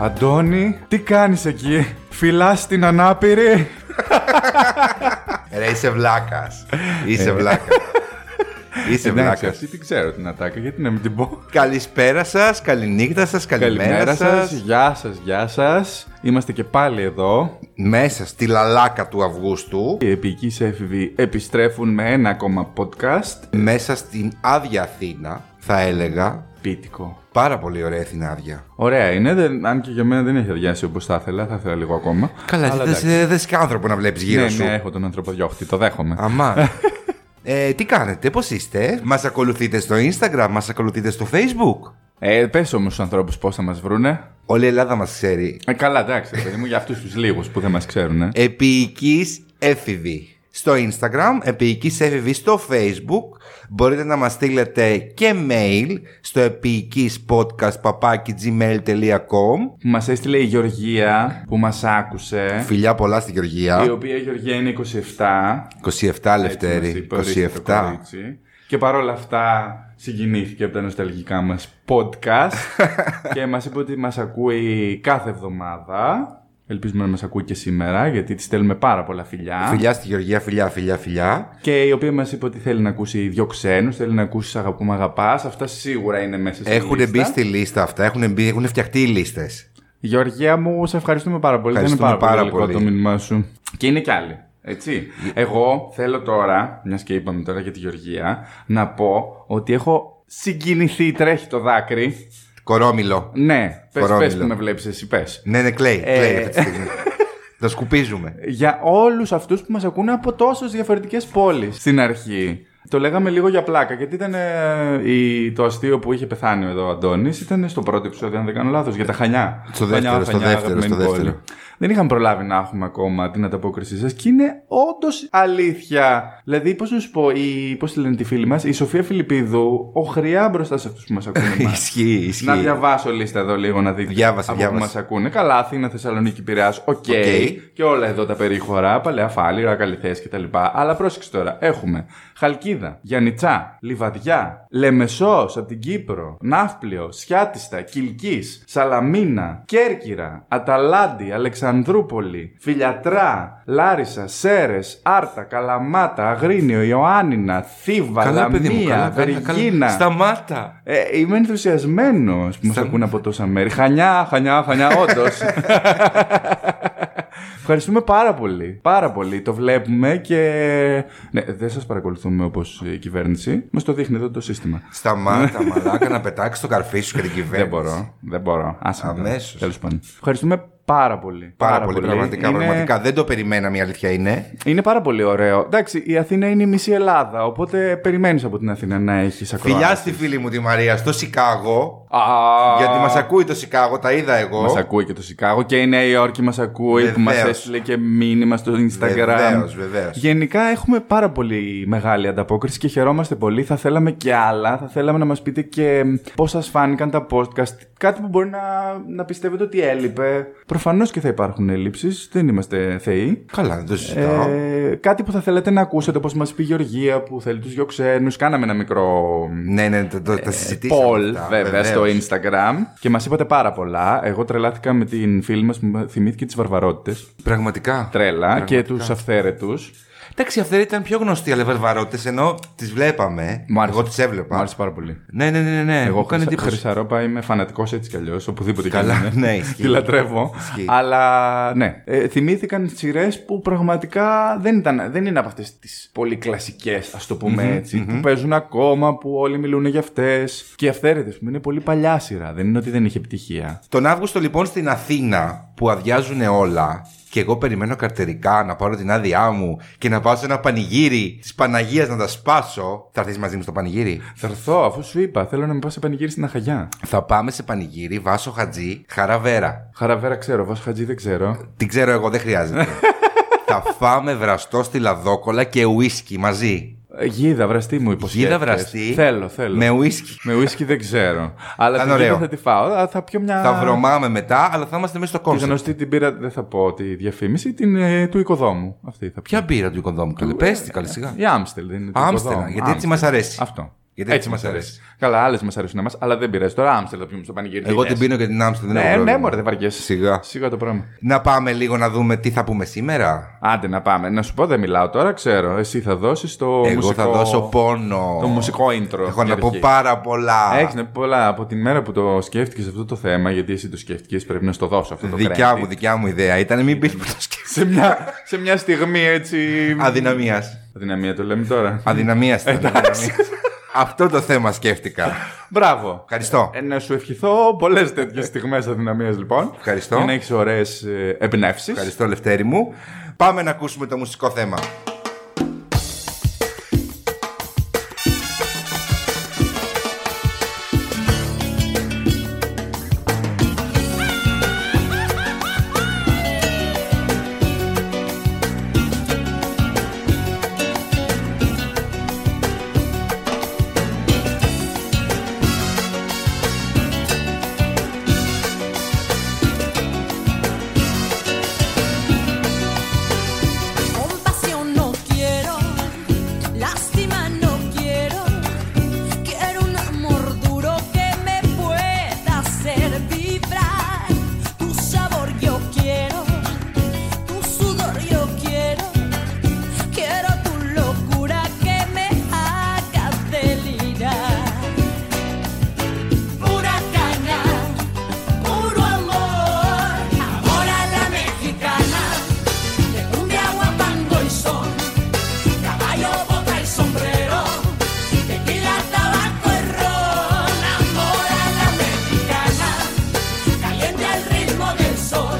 Αντώνη, τι κάνεις εκεί, φυλάς την ανάπηρη. Ρε, είσαι βλάκας. Είσαι βλάκας. Είσαι Ε. Εντάξει, βλάκας. αυτή την ξέρω την ατάκα, γιατί να μην την πω. Καλησπέρα σας, καληνύχτα σας, καλημέρα σας, σας. γεια σας, γεια σας. Είμαστε και πάλι εδώ. Μέσα στη λαλάκα του Αυγούστου, Οι επικείς έφηβοι επιστρέφουν με ένα ακόμα podcast. μέσα στην άδεια Αθήνα, θα έλεγα. Πίτικο. Πάρα πολύ ωραία την άδεια. Ωραία είναι, δεν, αν και για μένα δεν έχει αδειάσει όπως θα ήθελα, θα ήθελα λίγο ακόμα. Καλά, Αλλά δεν εντάξει. δε, δες και άνθρωπο να βλέπεις γύρω Ναι, σου. ναι, έχω τον ανθρωποδιώχτη, το δέχομαι. Αμά. ε, τι κάνετε, πώς είστε, Μας ακολουθείτε στο Instagram, μας ακολουθείτε στο Facebook. Ε, πες όμως στους ανθρώπους πώς θα μας βρούνε. Όλη η Ελλάδα μας ξέρει. Ε, καλά, εντάξει, ρε παιδί μου, για αυτούς τους λίγους που δεν μας ξέρουν. ε. Επίοικης έφηβη στο Instagram, επίοικης έφηβη στο Facebook. Μπορείτε να μας στείλετε και mail στο επίοικηspodcast.gmail.com Μας έστειλε η Γεωργία που μας άκουσε. Φιλιά πολλά στη Η Γεωργία. οποία η Γεωργία είναι 27. 27 έτσι μας Λευτέρη. είπε, ορίστε το 27. κορίτσι. Και παρόλα αυτά συγκινήθηκε από τα νοσταλγικά μας podcast και μας είπε ότι μας ακούει κάθε εβδομάδα. Ελπίζουμε να μας ακούει και σήμερα γιατί της στέλνουμε πάρα πολλά φιλιά. Φιλιά στη Γεωργία, φιλιά, φιλιά, φιλιά. Και η οποία μας είπε ότι θέλει να ακούσει δύο ξένους, θέλει να ακούσει σ' αγαπού με αγαπάς. Αυτά σίγουρα είναι μέσα στη Έχουν λίστα. μπει στη λίστα αυτά, έχουν, μπει, έχουν φτιαχτεί οι λίστες. Γεωργία μου, σε ευχαριστούμε πάρα πολύ. Ευχαριστούμε Ήταν πάρα, πάρα πολύ γλυκό πολύ. το μήνυμά σου. Και είναι κι άλλοι. Έτσι. Εγώ θέλω τώρα, μιας και είπαμε τώρα για τη Γεωργία, να πω ότι έχω συγκινηθεί, τρέχει το δάκρυ. Κορόμιλο. Ναι, πες, Κορόμιλο. πες που με βλέπεις εσύ, πες. Ναι, ναι, κλαίει. Ε. κλαίει αυτή τη στιγμή. Τα σκουπίζουμε. Για όλους αυτούς που μας ακούνε από τόσες διαφορετικές πόλεις στην αρχή. Το λέγαμε λίγο για πλάκα, γιατί ήταν ε, η, το αστείο που είχε πεθάνει εδώ ο Αντώνης, ήταν στο πρώτο επεισόδιο, αν δεν κάνω λάθος, για τα Χανιά. Στο Χανιά, δεύτερο, στο Χανιά, δεύτερο, αγαπημένη στο πόλη. δεύτερο. Δεν είχαμε προλάβει να έχουμε ακόμα την ανταπόκρισή σας και είναι όντως αλήθεια. Δηλαδή, πώς να σου πω, η, πώς τη λένε τη φίλη μας, η Σοφία Φιλιππίδου, ο χρειά μπροστά σε αυτούς που μας ακούνε. εμάς. Ισχύει, ισχύει. να διαβάσω λίστα εδώ λίγο να δείτε Διάβασε, από διάβασε. που μας ακούνε. Καλά, Αθήνα, Θεσσαλονίκη, Πειραιάς, οκ. Οκ. Και όλα εδώ τα περίχωρα, παλαιά φάληρα, καλυθέ κτλ. Αλλά πρόσεξε τώρα, έχουμε Χαλκίδα, Γιανιτσά, Λιβαδιά, Λεμεσός από την Κύπρο, Ναύπλιο, Σιάτιστα, Κυλκής, Σαλαμίνα, Κέρκυρα, Αταλάντη, Αλεξανδρούπολη, Φιλιατρά, Λάρισα, Σέρες, Άρτα, Καλαμάτα, Αγρίνιο, Ιωάννινα, Θήβα, Καλά, παιδί μου, καλά, Λαμία, καλά, καλά. Βεργίνα. Σταμάτα. Ε, είμαι ενθουσιασμένος που μας ακούνε από τόσα μέρη. Χανιά, χανιά, χανιά, όντως. Ευχαριστούμε πάρα πολύ. Πάρα πολύ. Το βλέπουμε και. Ναι, δεν σας παρακολουθούμε όπως η κυβέρνηση. Μας το δείχνει εδώ το σύστημα. Σταμάτα, μαλάκα, να πετάξεις το καρφί σου και την κυβέρνηση. Ναι. Δεν μπορώ. Δεν μπορώ. Άσε Αμέσως. Τέλος πάντων. Ευχαριστούμε πάρα πολύ. Πάρα, πολύ, πραγματικά, Είναι- πραγματικά. Δεν το περιμέναμε η αλήθεια είναι. Είναι πάρα πολύ ωραίο. Εντάξει, η Αθήνα είναι η μισή Ελλάδα. Οπότε περιμένεις από την Αθήνα να έχεις ακροατέ. Φιλιά στη φίλη μου τη Μαρία στο Σικάγο. Γιατί μας ακούει το Σικάγο, τα είδα εγώ. Μας ακούει και το Σικάγο και η Νέα Υόρκη μας ακούει που μας Βεβαίως. έστειλε και μήνυμα στο Instagram. Βεβαίως, βεβαίως. Γενικά έχουμε πάρα πολύ μεγάλη ανταπόκριση και χαιρόμαστε πολύ. Θα θέλαμε και άλλα. Θα θέλαμε να μας πείτε και πώς σας φάνηκαν τα podcast. Κάτι που μπορεί να, να πιστεύετε ότι έλειπε. Προφανώς και θα υπάρχουν έλλειψει. Δεν είμαστε θεοί. Καλά, δεν το συζητάω. Ε, κάτι που θα θέλετε να ακούσετε, όπως μας είπε η Γεωργία που θέλει τους δυο ξένου. Κάναμε ένα μικρό ναι, ναι, το, το, τα συζητήσαμε. ε, Πολ, αυτά, βέβαια, στο βεβαίως. Instagram. Και μας είπατε πάρα πολλά. Εγώ τρελάθηκα με την φίλη μας που μου θυμήθηκε τις βαρβαρότητες. Πραγματικά. Τρέλα και τους αυθαίρετους. Εντάξει, αυτή ήταν πιο γνωστή, αλλά βαρβαρότητε ενώ τις βλέπαμε. Μ' άρεσε. Εγώ τις έβλεπα. Μ' άρεσε πάρα πολύ. Ναι, ναι, ναι, ναι, ναι. Εγώ Μου κάνει χρυσα... εντύπωση. χρυσαρόπα είμαι φανατικός έτσι κι αλλιώς, οπουδήποτε Καλά, κι αν είναι. ναι, ισχύει. Τη λατρεύω. Ισχύει. Αλλά ναι, ε, θυμήθηκαν σειρές που πραγματικά δεν, ήταν, δεν είναι από αυτές τις πολύ κλασικές, ας το πουμε έτσι, που παίζουν ακόμα, που όλοι μιλούν για αυτές. Και οι αυθαίρετες, που είναι πολύ παλιά σειρά. Δεν είναι ότι δεν είχε επιτυχία. Τον Αύγουστο λοιπόν στην Αθήνα που αδειάζουν όλα και εγώ περιμένω καρτερικά να πάρω την άδειά μου και να πάω σε ένα πανηγύρι της Παναγίας να τα σπάσω. Θα έρθεις μαζί μου στο πανηγύρι. Θα έρθω, αφού σου είπα, θέλω να με πάω σε πανηγύρι στην Αχαγιά. Θα πάμε σε πανηγύρι Βάσο Χατζή Χαραβέρα. Χαραβέρα ξέρω, Βάσο Χατζή δεν ξέρω. Την ξέρω εγώ, δεν χρειάζεται. θα φάμε βραστό στη λαδόκολα και ουίσκι μαζί. Ε, Γίδα, βραστή μου υποσχέθηκες. Γίδα βραστή. Θέλω, θέλω. Με ουίσκι. Με ουίσκι δεν ξέρω. Αλλά Θα την είναι γίδα ωραίο. θα τη φάω. Α, Θα πιω μια. Θα βρωμάμε μετά, αλλά θα είμαστε μέσα στο Τη κόμμα. γνωστή την πήρα, δεν θα πω τη διαφήμιση, την ε, του οικοδόμου. Αυτή θα πιω. Ε, Ποια μπύρα του οικοδόμου, καλή. Πες τι, καλή σιγά. Η Άμστελ δεν είναι. του Άμστελα, οικοδόμου. γιατί έτσι μας αρέσει. Αυτό. Γιατί Έτσι έτσι, μας μας αρέσει. Καλά, άλλες μας αρέσουν εμάς, αλλά δεν πειράζει. Τώρα Άμστερ θα πιούμε στο πανηγύρι. Εγώ την πίνω και την Άμστερνταμ. δεν Ναι, έχω ναι, πρόβλημα. μωρέ, δεν βαριέσαι. Σιγά. Σίγα το πράγμα. Να πάμε λίγο να δούμε τι θα πούμε σήμερα. Άντε να πάμε. Να σου πω, δεν μιλάω τώρα, ξέρω. Εσύ θα δώσεις το Εγώ μουσικό. θα δώσω πόνο. Το μουσικό intro. Έχω για να πω αρχή. πάρα πολλά. Έχεις να πει πολλά από την μέρα που το σκέφτηκες αυτό το θέμα, γιατί εσύ το σκέφτηκες, πρέπει να στο δώσω αυτό το Δικιά credit. μου, δικιά μου ιδέα. Ήταν μην πεις που το σκέφτεσαι. Σε μια, σε μια στιγμή έτσι. Αδυναμίας. Αδυναμία το λέμε τώρα. Αδυναμίας. Αυτό το θέμα σκέφτηκα. Μπράβο. Ευχαριστώ. Ε, να σου ευχηθώ πολλές τέτοιες στιγμές αδυναμίας λοιπόν. Ευχαριστώ. Για να ε, έχεις ωραίες εμπνεύσεις. Ευχαριστώ, Λευτέρη μου. Πάμε να ακούσουμε το μουσικό θέμα. Compasión no quiero, lástima no quiero, quiero un amor duro que me pueda hacer vibrar. Tu sabor yo quiero, tu sudor yo quiero, quiero tu locura que me haga delirar. Pura caña, puro amor, amor a la mexicana. De cumbia, guapango y son Caballo, bota y sombrero Tequila, tabaco y ron Amor a la mexicana Caliente al ritmo del sol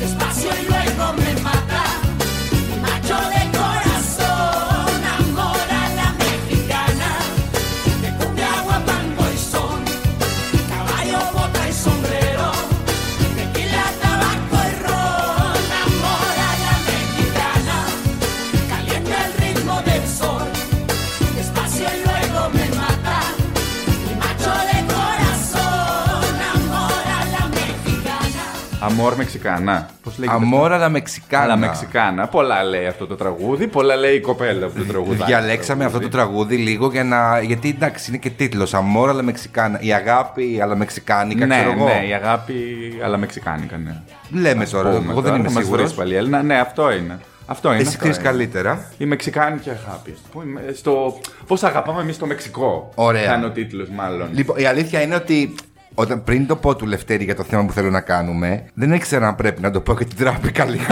Despacio y luego me mata Un macho de corazón Amor a la mexicana De cumbia, guapango y son Caballo, bota y sombrero Tequila, tabaco y ron Amor a la mexicana Caliente el ritmo del sol Despacio y luego me mata Mi macho de corazón Amor a la mexicana Αμόρ Μεξικάνα. Πώς λέγεται. Αμόρα τα Μεξικάνα. Αλλά Μεξικάνα. Πολλά λέει αυτό το τραγούδι, πολλά λέει η κοπέλα αυτό το τραγούδι. Διαλέξαμε αυτό το τραγούδι λίγο για να. Γιατί εντάξει, είναι και τίτλος. Αμόρα αλλά Μεξικάνα. Η αγάπη αλλά Μεξικάνικα, Ναι, ξέρω εγώ. ναι, η αγάπη, αλλά Μεξικάνικα, ναι. Λέμε τώρα. Πούμε Εγώ τώρα, δεν είμαι θα μας βρεις σίγουρο. πάλι η Έλληνα. Ναι, αυτό είναι. Αυτό είναι. Εσύ αυτό ξέρει είναι. καλύτερα. Η Μεξικάνικη αγάπη. ας πούμε, Στο... Πώς αγαπάμε εμείς το Μεξικό. Ωραία. Ήταν ο τίτλος, μάλλον. Λοιπόν, η αλήθεια είναι ότι όταν, πριν το πω του Λευτέρη για το θέμα που θέλω να κάνουμε, δεν ήξερα αν πρέπει να το πω και την τράπηκα λίγο.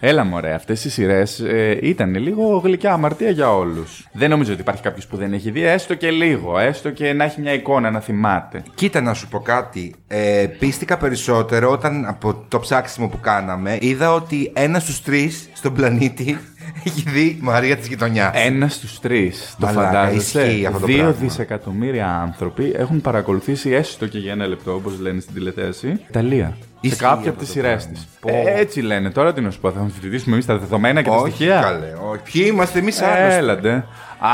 Έλα μωρέ, αυτές οι σειρές ε, ήταν λίγο γλυκιά αμαρτία για όλους. Δεν νομίζω ότι υπάρχει κάποιος που δεν έχει δει, έστω και λίγο, έστω και να έχει μια εικόνα να θυμάται. Κοίτα να σου πω κάτι. Ε, πίστηκα περισσότερο όταν από το ψάξιμο που κάναμε είδα ότι ένας στους τρεις στον πλανήτη έχει δει Μαρία της γειτονιάς. Ένας στους τρεις, το Μαλάκα, ισχύει φαντάζεσαι, αυτό το δύο πράγμα. δισεκατομμύρια άνθρωποι έχουν παρακολουθήσει έστω και για ένα λεπτό, όπως λένε στην τηλεθέαση, Ιταλία. Ισχύει σε κάποια από αυτό τις το σειρές πράγμα. της. Ε, έτσι λένε, τώρα τι να σου πω, θα αμφισβητήσουμε εμείς τα δεδομένα και τα όχι, στοιχεία. καλέ. Όχι. Ποιοι είμαστε εμείς Ε, άλλοι. Έλατε.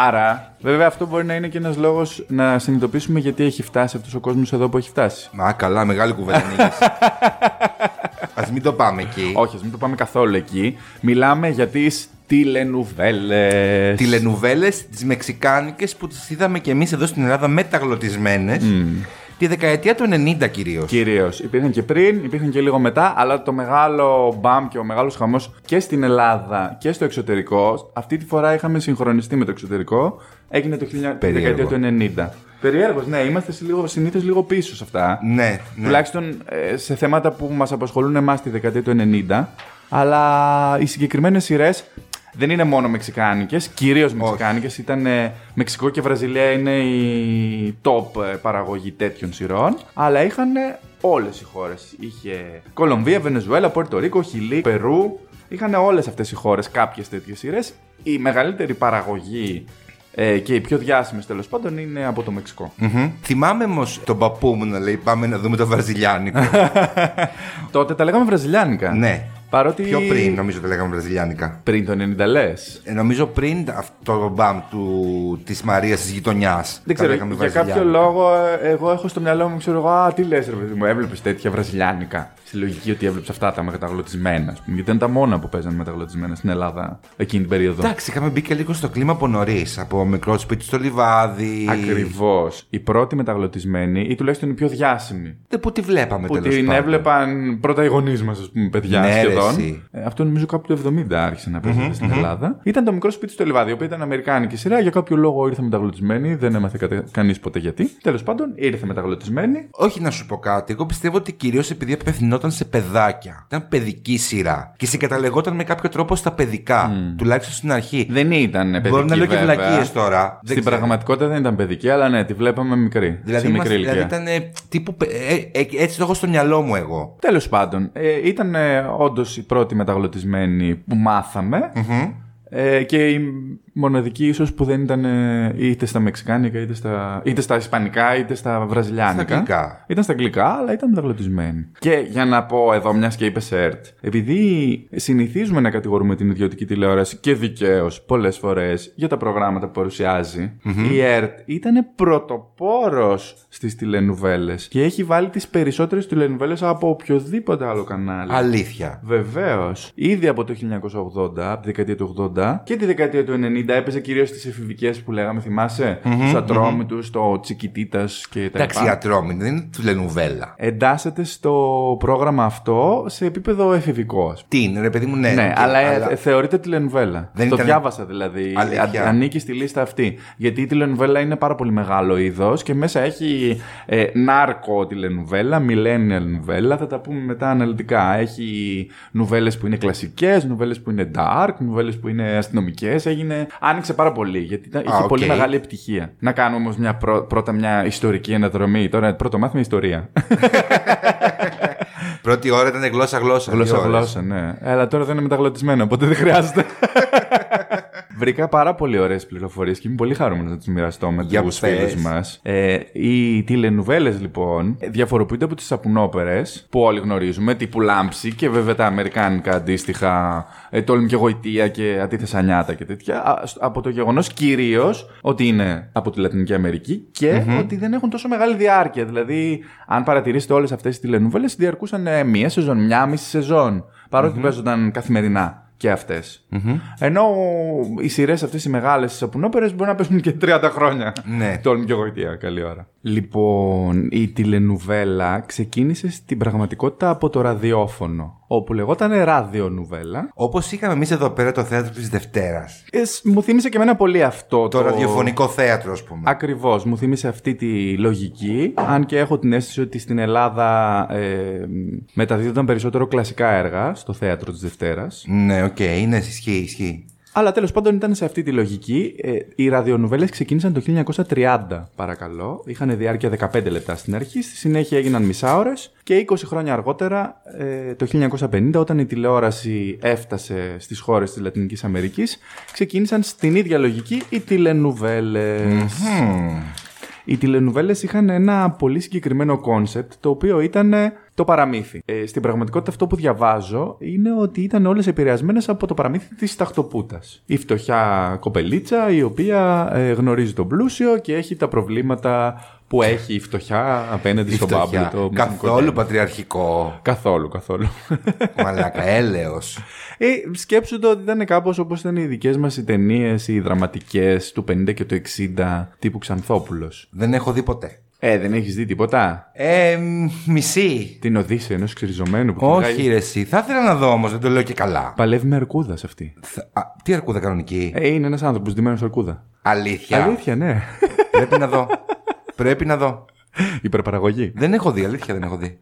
Άρα, βέβαια, αυτό μπορεί να είναι και ένας λόγος να συνειδητοποιήσουμε γιατί έχει φτάσει αυτός ο κόσμος εδώ που έχει φτάσει. Μα καλά, μεγάλη κουβέντα ανοίγεις. Ας μην το πάμε εκεί. Όχι, ας μην το πάμε καθόλου εκεί. Μιλάμε για τι τηλενουβέλες. Τηλενουβέλες τις μεξικάνικες που τις είδαμε και εμείς εδώ στην Ελλάδα μεταγλωτισμένες τη δεκαετία του 90 κυρίως. Κυρίως. Υπήρχαν και πριν, υπήρχαν και λίγο μετά, αλλά το μεγάλο μπαμ και ο μεγάλος χαμός και στην Ελλάδα και στο εξωτερικό. Αυτή τη φορά είχαμε συγχρονιστεί με το εξωτερικό. Έγινε το 1900 τη Περίεργο. δεκαετία του 90. Περίεργος, ναι, είμαστε σε λίγο, συνήθως λίγο πίσω σε αυτά. Ναι, ναι. Τουλάχιστον ε, σε θέματα που μας απασχολούν εμάς τη δεκαετία του 90. Αλλά οι συγκεκριμένες σειρές δεν είναι μόνο μεξικάνικες, κυρίως μεξικάνικες. Ήταν ε, Μεξικό και Βραζιλία είναι η top ε, παραγωγή τέτοιων σειρών. Αλλά είχαν όλες οι χώρες. Είχε Κολομβία, Βενεζουέλα, Πόρτο Ρίκο, Χιλή, Περού. Είχαν όλες αυτές οι χώρες κάποιες τέτοιες σειρές. Η μεγαλύτερη παραγωγή ε, και οι πιο διάσημες τέλος πάντων είναι από το Μεξικό. Μμμ. Θυμάμαι όμως τον παππού μου να λέει: Πάμε να δούμε το Βραζιλιάνικο. Τότε τα λέγαμε βραζιλιάνικα. ναι. Παρότι. Πιο πριν, νομίζω τα λέγαμε βραζιλιάνικα. Πριν το 90 λες. Ε, νομίζω πριν αυτό το μπαμ του, της Μαρίας της γειτονιάς. Δεν τα ξέρω, λέγαμε για κάποιο βραζιλιάνικα. λόγο ε, εγώ έχω στο μυαλό μου, ξέρω εγώ, α, τι λες, ρε παιδί μου, έβλεπες τέτοια βραζιλιάνικα. Στη λογική ότι έβλεπε αυτά τα μεταγλωτισμένα, ας πούμε. Γιατί ήταν τα μόνα που παίζανε μεταγλωτισμένα στην Ελλάδα εκείνη την περίοδο. Εντάξει, είχαμε μπει και λίγο στο κλίμα από νωρίς. Από μικρό σπίτι στο λιβάδι. Ακριβώς. Η πρώτη μεταγλωτισμένη, ή τουλάχιστον η πιο διάσημη. Δεν Ε, που τη βλέπαμε Που τέλος την πάντων. έβλεπαν πρώτα οι γονείς μας, ας πούμε, παιδιά Ναι, ρε, σχεδόν. εσύ. Ε, αυτό νομίζω κάπου το 70 άρχισε να παιζεται στην Ελλάδα. Ήταν το μικρό σπίτι στο λιβάδι, η οποία ήταν Αμερικάνικη σειρά. Για κάποιο λόγο ήρθε μεταγλωτισμένη, δεν έμαθε κανείς ποτέ γιατί. Τέλος πάντων, ήρθε μεταγλωτισμένη. Όχι να σου πω κάτι. Εγώ πιστεύω ότι κυρίως επειδή απευθυνόταν σε παιδάκια. Ήταν παιδική σειρά. Και συγκαταλεγόταν με κάποιο τρόπο στα παιδικά. Τουλάχιστον στην αρχή. Δεν ήταν παιδική. Μπορεί να λέω και βέβαια. βλακίες τώρα. Δεν Στην ξέρω. πραγματικότητα δεν ήταν παιδική, αλλά ναι, τη βλέπαμε μικρή. Δηλαδή, σε μικρή είμαστε- δηλαδή ηλικία. ήταν ε, τύπου. πε- ε, ε, έτσι το έχω στο μυαλό μου εγώ. Τέλος πάντων, ε, ήταν ε, όντως η πρώτη μεταγλωτισμένη που μαθαμε Ε, και η μοναδική ίσως που δεν ήταν ε, είτε στα Μεξικάνικα, είτε στα, είτε στα Ισπανικά, είτε στα Βραζιλιάνικα. Στα αγγλικά. Ήταν στα αγγλικά, αλλά ήταν μεταγλωτισμένη. Και για να πω εδώ, μιας και είπες ΕΡΤ, επειδή συνηθίζουμε να κατηγορούμε την ιδιωτική τηλεόραση και δικαίως πολλές φορές για τα προγράμματα που παρουσιαζει η ΕΡΤ ήταν πρωτοπόρος στις τηλενουβέλες και έχει βάλει τις περισσότερες τηλενουβέλες από οποιοδήποτε άλλο κανάλι. Αλήθεια. Βεβαίως. Ήδη από το 1980, από τη δεκαετία του 80 και τη δεκαετία του 90 έπαιζε κυρίως στι εφηβικές που λέγαμε, θυμάσαι, στου ατρόμητου, στο Τσικιτίτας και τα Εντάξει, λοιπά. ατρόμη, δεν είναι τουλενουβέλα. Εντάσσεται στο πρόγραμμα αυτό σε επίπεδο εφηβικό. ας πούμε. Τι είναι, ρε παιδί μου, ναι. Ναι, οκ, αλλά, ε, ε, θεωρείται τηλενουβέλα. Δεν το ήταν- διάβασα δηλαδή. Αλήθεια. Αν- ανήκει στη λίστα αυτή. Γιατί η τηλενουβέλα είναι πάρα πολύ μεγάλο είδος και μέσα έχει ε, νάρκο τηλενουβέλα, millennial νουβέλα, θα τα πούμε μετά αναλυτικά. Έχει νουβέλες που είναι κλασικές, νουβέλες που είναι dark, νουβέλες που είναι αστυνομικές. Έγινε... Άνοιξε πάρα πολύ γιατί ήταν... είχε οκ. πολύ μεγάλη επιτυχία. Να κάνουμε όμως μια πρω- πρώτα μια ιστορική αναδρομή. Τώρα πρώτο μάθημα ιστορία. Πρώτη ώρα ήταν γλώσσα-γλώσσα. δύο Γλώσσα ώρες. γλώσσα, ναι. Αλλά τώρα δεν είναι μεταγλωτισμένο, οπότε δεν χρειάζεται. Βρήκα πάρα πολύ ωραίες πληροφορίες και είμαι πολύ χαρούμενος να τις μοιραστώ με Για τους πες. φίλους μας. Ε, οι τηλενουβέλες, λοιπόν, διαφοροποιούνται από τις σαπουνόπερες που όλοι γνωρίζουμε, τύπου Λάμψη και βέβαια τα αμερικάνικα αντίστοιχα, ε, Τόλμη και Γοητεία και Αντίθεσα Νιάτα και τέτοια, α, σ- από το γεγονός κυρίως ότι είναι από τη Λατινική Αμερική και ότι δεν έχουν τόσο μεγάλη διάρκεια. Δηλαδή, αν παρατηρήσετε όλες αυτές τις τηλενουβέλες, διαρκούσαν ε, μία σεζόν, μία μισή σεζόν, παρότι παίζονταν καθημερινά και αυτές. Ενώ οι σειρές αυτές οι μεγάλες τη σαπουνόπερες μπορεί να παίζουν και 30 χρόνια. Ναι. Τόλμη και γοητεία, καλή ώρα. Λοιπόν, η τηλενουβέλα ξεκίνησε στην πραγματικότητα από το ραδιόφωνο. Όπου λεγόταν ραδιονουβέλα. Όπως είχαμε εμείς εδώ πέρα το θέατρο της Δευτέρας. Ε, σ- μου θύμισε και εμένα πολύ αυτό. Το ραδιοφωνικό θέατρο, ας πούμε. Ακριβώς, μου θύμισε αυτή τη λογική. Αν και έχω την αίσθηση ότι στην Ελλάδα ε, μεταδίδονταν περισσότερο κλασικά έργα στο θέατρο της Δευτέρας. Ναι, οκ, είναι ισχύει, ισχύει. Αλλά τέλος πάντων ήταν σε αυτή τη λογική. Ε, οι ραδιονουβέλες ξεκίνησαν το 1930, παρακαλώ. Είχαν διάρκεια 15 λεπτά στην αρχή, στη συνέχεια έγιναν μισάωρε και 20 χρόνια αργότερα, ε, το 1950, όταν η τηλεόραση έφτασε στις χώρες της Λατινικής Αμερικής, ξεκίνησαν στην ίδια λογική οι τηλενουβέλε. Οι τηλενουβέλες είχαν ένα πολύ συγκεκριμένο κόνσεπτ, το οποίο ήταν ε, το παραμύθι. Ε, στην πραγματικότητα αυτό που διαβάζω είναι ότι ήταν όλες επηρεασμένες από το παραμύθι της Ταχτοπούτας. Η φτωχιά κοπελίτσα η οποία ε, γνωρίζει τον πλούσιο και έχει τα προβλήματα που έχει η φτωχιά απέναντι Η στον φτωχιά. πάμπλο. το Καθόλου μεσημικοτέο. πατριαρχικό. Καθόλου, καθόλου. Μαλάκα, έλεος. Ε, σκέψου το ότι ήταν κάπως όπως ήταν οι δικές μας οι ταινίες, οι δραματικές του 50 και του 60, τύπου Ξανθόπουλος. Δεν έχω δει ποτέ. Ε, δεν έχεις δει τίποτα. Ε, μ, μισή. Την Οδύσσια ενός ξεριζωμένου που Όχι, κυνηγάει- ρε, εσύ. Θα ήθελα να δω όμως, δεν το λέω και καλά. Παλεύει με αρκούδα σε αυτή. Θα- α, τι αρκούδα κανονική. Ε, είναι ένας άνθρωπος ντυμένος αρκούδα. Αλήθεια. Αλήθεια, ναι. Πρέπει να δω. Πρέπει να δω. Υπερπαραγωγή. Δεν έχω δει, αλήθεια δεν έχω δει.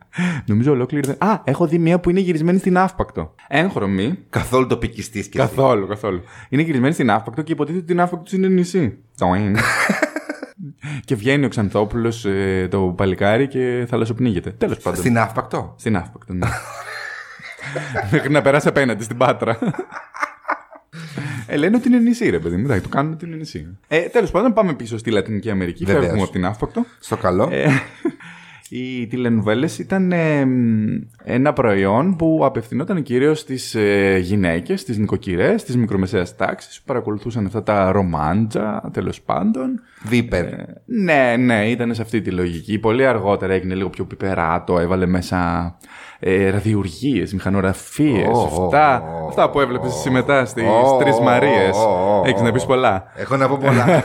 Νομίζω ολόκληρη. δεν- Α, έχω δει μία που είναι γυρισμένη στην άφπακτο. Έγχρωμη. Καθόλου τοπικιστής και εσύ. Καθόλου, καθόλου. Είναι γυρισμένη στην άφπακτο και υποτίθεται ότι την άφπακτο είναι νησί. Τοιν. και βγαίνει ο Ξανθόπουλος το παλικάρι και θαλασσοπνίγεται. Τέλος πάντων. Στην άφπακτο. Στην άφπακτο, ναι. Μέχρι να περάσει απέναντι στην Πάτρα. Ε, λένε ότι είναι νησί, ρε παιδί μου. Εντάξει, το κάνουν ότι είναι νησί. Ε, Τέλος πάντων, πάμε πίσω στη Λατινική Αμερική. Βεβαίως. Φεύγουμε από την άφπακτο. Στο καλό. Ε, Οι τηλενοβέλες ήταν ε, μ, ένα προϊόν που απευθυνόταν κυρίως στις ε, γυναίκες, στις νοικοκυρές, στις μικρομεσαίες τάξεις που παρακολουθούσαν αυτά τα ρομάντζα τέλος πάντων. Δίπερ. Ε, ναι, ναι, ήταν σε αυτή τη λογική. Πολύ αργότερα έγινε λίγο πιο πιπεράτο, έβαλε μέσα ε, ραδιουργίες, μηχανογραφίες, Ω, αυτά, ω, αυτά που έβλεπες εσύ μετά στις Ω, Τρεις ω, Μαρίες. ω, ω, Έχεις να πεις πολλά. Έχω να πω πολλά.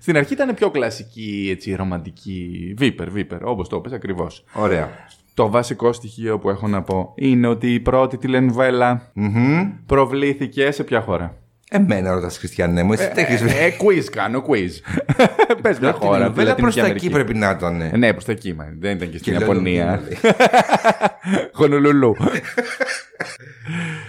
Στην αρχή ήταν πιο κλασική, έτσι, ρομαντική. Βίπερ, βίπερ, όπως το είπες ακριβώς. Ωραία. Το βασικό στοιχείο που έχω να πω είναι ότι η πρώτη τηλενβέλα Μμμ. προβλήθηκε σε ποια χώρα. Εμένα ρωτάς, Χριστιανέ μου, εσύ τι έχεις βρει. ε, quiz κάνω, quiz. Πες μια χώρα. Βέβαια προς τα πρέπει. εκεί πρέπει να ήταν. Ναι, προς τα εκεί, μα. δεν ήταν και στην Και λέω, Ιαπωνία. λέει. Χονολουλού.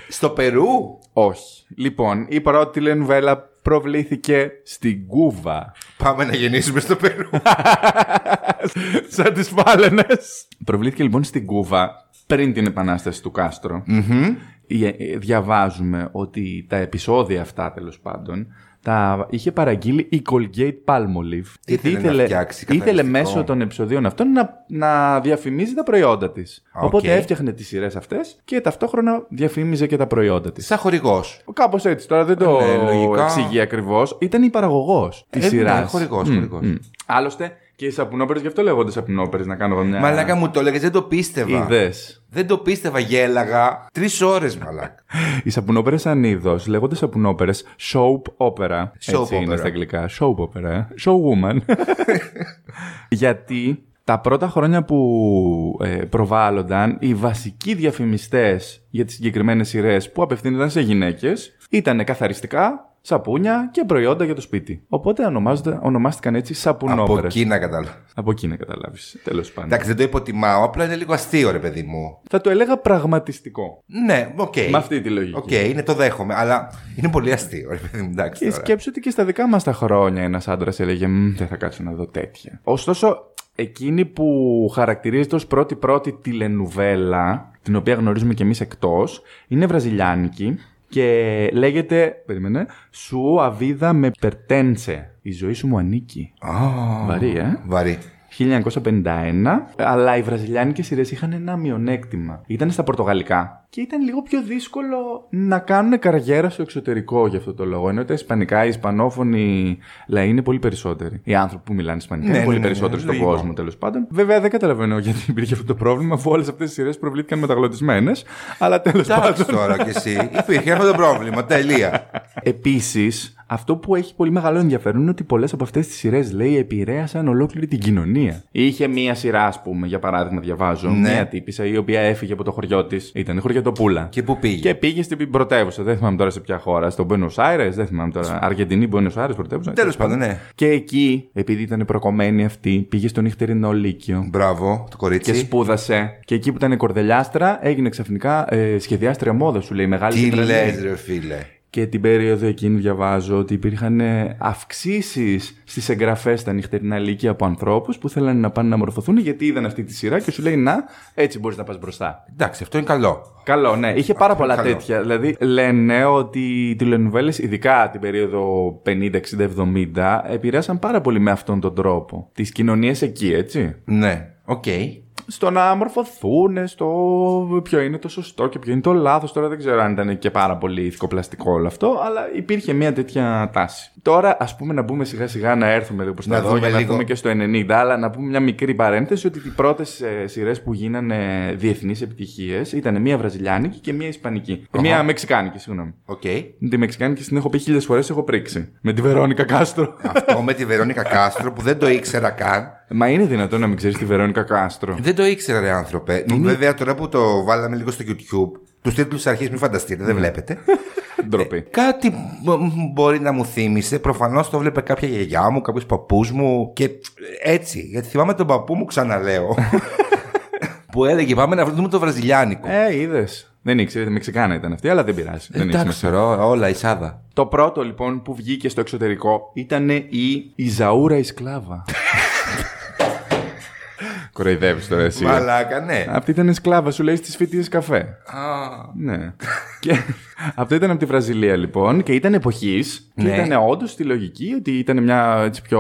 Στο Περού. Όχι. Λοιπόν, η πρώτη τηλενβέλα προβλήθηκε στην Κούβα. Πάμε να γεννήσουμε στο Περού. Σαν τις φάλαινες. Προβλήθηκε λοιπόν στην Κούβα πριν την επανάσταση του καστρο Διαβάζουμε ότι τα επεισόδια αυτά τέλος πάντων τα είχε παραγγείλει η Colgate Palmolive. Ήθελε να φτιάξει ήθελε καθαριστικό. μέσω των επεισοδίων αυτών να, να διαφημίζει τα προϊόντα της. Οκ. Οπότε έφτιαχνε τις σειρές αυτές και ταυτόχρονα διαφήμιζε και τα προϊόντα της. Σαν χορηγός. Κάπως έτσι, τώρα δεν το Ναι, λογικά. εξηγεί ακριβώς. Ήταν η παραγωγός της Ε, σειρά. ναι, χορηγός, χορηγός. Άλλωστε και οι σαπουνόπερες, γι' αυτό λέγονται σαπουνόπερες, να κάνω εδώ μια. Μαλάκα μου το έλεγες, δεν το πίστευα. Ναι. Είδες. Δεν το πίστευα, γέλαγα. Τρεις ώρες, μαλάκα. Οι σαπουνόπερες σαν είδος λέγονται σαπουνόπερες soap opera. έτσι opera. είναι στα αγγλικά. Soap opera. ε. Show woman. Γιατί τα πρώτα χρόνια που ε, προβάλλονταν, οι βασικοί διαφημιστές για τις συγκεκριμένες σειρές που απευθύνονταν σε γυναίκες ήταν καθαριστικά, σαπούνια και προϊόντα για το σπίτι. Οπότε ονομάζονται- ονομάστηκαν έτσι Από σαπουνόπερες. εκεί να καταλάβω. Από εκεί να καταλάβεις, τέλος πάντων. Εντάξει, δεν το υποτιμάω, απλά είναι λίγο αστείο, ρε παιδί μου. Θα το έλεγα πραγματιστικό. Ναι, οκ. Με αυτή τη λογική. Οκ, είναι το δέχομαι, αλλά είναι πολύ αστείο, ρε παιδί μου. Εντάξει. Και τώρα. σκέψου ότι και στα δικά μας τα χρόνια ένας άντρας έλεγε «Μμ, Δεν θα κάτσω να δω τέτοια. Ωστόσο, εκείνη που χαρακτηρίζεται ως πρώτη-πρώτη τηλενουβέλα, την οποία γνωρίζουμε κι εμείς εκτός, είναι βραζιλιάνικη και λέγεται. Περίμενε. Σου αβίδα με περτένσε. Η ζωή σου μου ανήκει. Α, Βαρύ, ε. Βαρύ. 1951, αλλά οι βραζιλιάνικες σειρές είχαν ένα μειονέκτημα. Ήταν στα πορτογαλικά και ήταν λίγο πιο δύσκολο να κάνουν καριέρα στο εξωτερικό για αυτό το λόγο. Ενώ τα ισπανικά, οι ισπανόφωνοι λαοί είναι πολύ περισσότεροι. Οι άνθρωποι που μιλάνε ισπανικά Ναι, είναι ναι, πολύ ναι, ναι, περισσότεροι στον λογικό. κόσμο τέλος πάντων. Βέβαια δεν καταλαβαίνω γιατί υπήρχε αυτό το πρόβλημα, αφού όλες αυτές οι σειρές προβλήθηκαν μεταγλωτισμένες. Αλλά τέλος Εντάξει πάντων. τώρα κι εσύ. Υπήρχε αυτό το πρόβλημα. Τελεία. Επίσης, αυτό που έχει πολύ μεγάλο ενδιαφέρον είναι ότι πολλές από αυτές τις σειρές, λέει, επηρέασαν ολόκληρη την κοινωνία. Είχε μία σειρά, ας πούμε, για παράδειγμα, διαβάζω, Ναι. μία τύπησα η οποία έφυγε από το χωριό της. Ήταν η χωριατοπούλα. Και πού πήγε. Και πήγε στην πρωτεύουσα. Δεν θυμάμαι τώρα σε ποια χώρα. Στον Buenos Aires, δεν θυμάμαι τώρα. Αργεντινή, Buenos Aires, πρωτεύουσα. Τέλος πάντων, ναι. Και εκεί, επειδή ήταν προκομμένη αυτή, πήγε στο νυχτερινό Λύκειο. Μπράβο, το Και κορίτσι. σπούδασε. Και εκεί που ήταν κορδελιάστρα, έγινε ξαφνικά ε, σχεδιάστρια μόδα, σου λέει. Μεγάλη Τι συντρελή. λες, ρε φίλε. Και την περίοδο εκείνη διαβάζω ότι υπήρχαν ε, αυξήσεις στις εγγραφές στα νυχτερινά λύκεια από ανθρώπους που θέλανε να πάνε να μορφωθούν γιατί είδαν αυτή τη σειρά και σου λέει Να, έτσι μπορείς να πας μπροστά. Εντάξει, αυτό είναι καλό. Καλό, ναι. Είχε πάρα πολλά καλό. τέτοια. Δηλαδή, λένε ότι οι τηλενουβέλε, ειδικά την περίοδο 50, 60, 70, επηρέασαν πάρα πολύ με αυτόν τον τρόπο. Τις κοινωνίες εκεί, έτσι. Ναι, οκ. Στο να μορφωθούν, στο ποιο είναι το σωστό και ποιο είναι το λάθος. Τώρα δεν ξέρω αν ήταν και πάρα πολύ ηθικοπλαστικό όλο αυτό, αλλά υπήρχε μια τέτοια τάση. Τώρα, ας πούμε, να μπούμε σιγά σιγά να έρθουμε λίγο προ Να τα εδώ δούμε για να λίγο. δούμε και στο 90, αλλά να πούμε μια μικρή παρένθεση ότι οι πρώτες σειρές που γίνανε διεθνείς επιτυχίες ήταν μια βραζιλιάνικη και μια ισπανική. Ε, Αχα. Μια μεξικάνικη, συγγνώμη. Οκ. Τη μεξικάνικη την έχω πει χίλιες φορές, έχω πρίξει. Με τη Βερόνικα Κάστρο. Αυτό με τη Βερόνικα Κάστρο που δεν το ήξερα καν. Μα είναι δυνατόν να μην ξέρεις τη Βερόνικα Κάστρο. Δεν το ήξερα, ρε άνθρωπε. Βέβαια, τώρα που το βάλαμε λίγο στο YouTube, τους τίτλους αρχής, μην φανταστείτε, δεν βλέπετε. Ε, Ντροπή. Κάτι μ- μ- μπορεί να μου θύμισε. Προφανώς το βλέπε κάποια γιαγιά μου, κάποιο παππούς μου. Και έτσι. Γιατί θυμάμαι τον παππού μου, ξαναλέω. που έλεγε Πάμε να βρούμε το βραζιλιάνικο. Ε, είδες. Δεν ήξερε, δεν Μεξικάνα ήταν αυτή, αλλά δεν πειράζει. δεν έχει Εντάξει, σημασία. ρε, όλα, η Σάδα. Το πρώτο λοιπόν που βγήκε στο εξωτερικό ήταν η Ιζαούρα η σκλάβα. Κοροϊδεύεις τώρα εσύ. ε. Μαλάκα, ναι. Αυτή ήταν η σκλάβα, σου λέει στις φοιτίες καφέ. Α, Ναι. και Αυτό ήταν από τη Βραζιλία λοιπόν και ήταν εποχής. Και Ναι. ήταν όντως τη λογική ότι ήταν μια έτσι πιο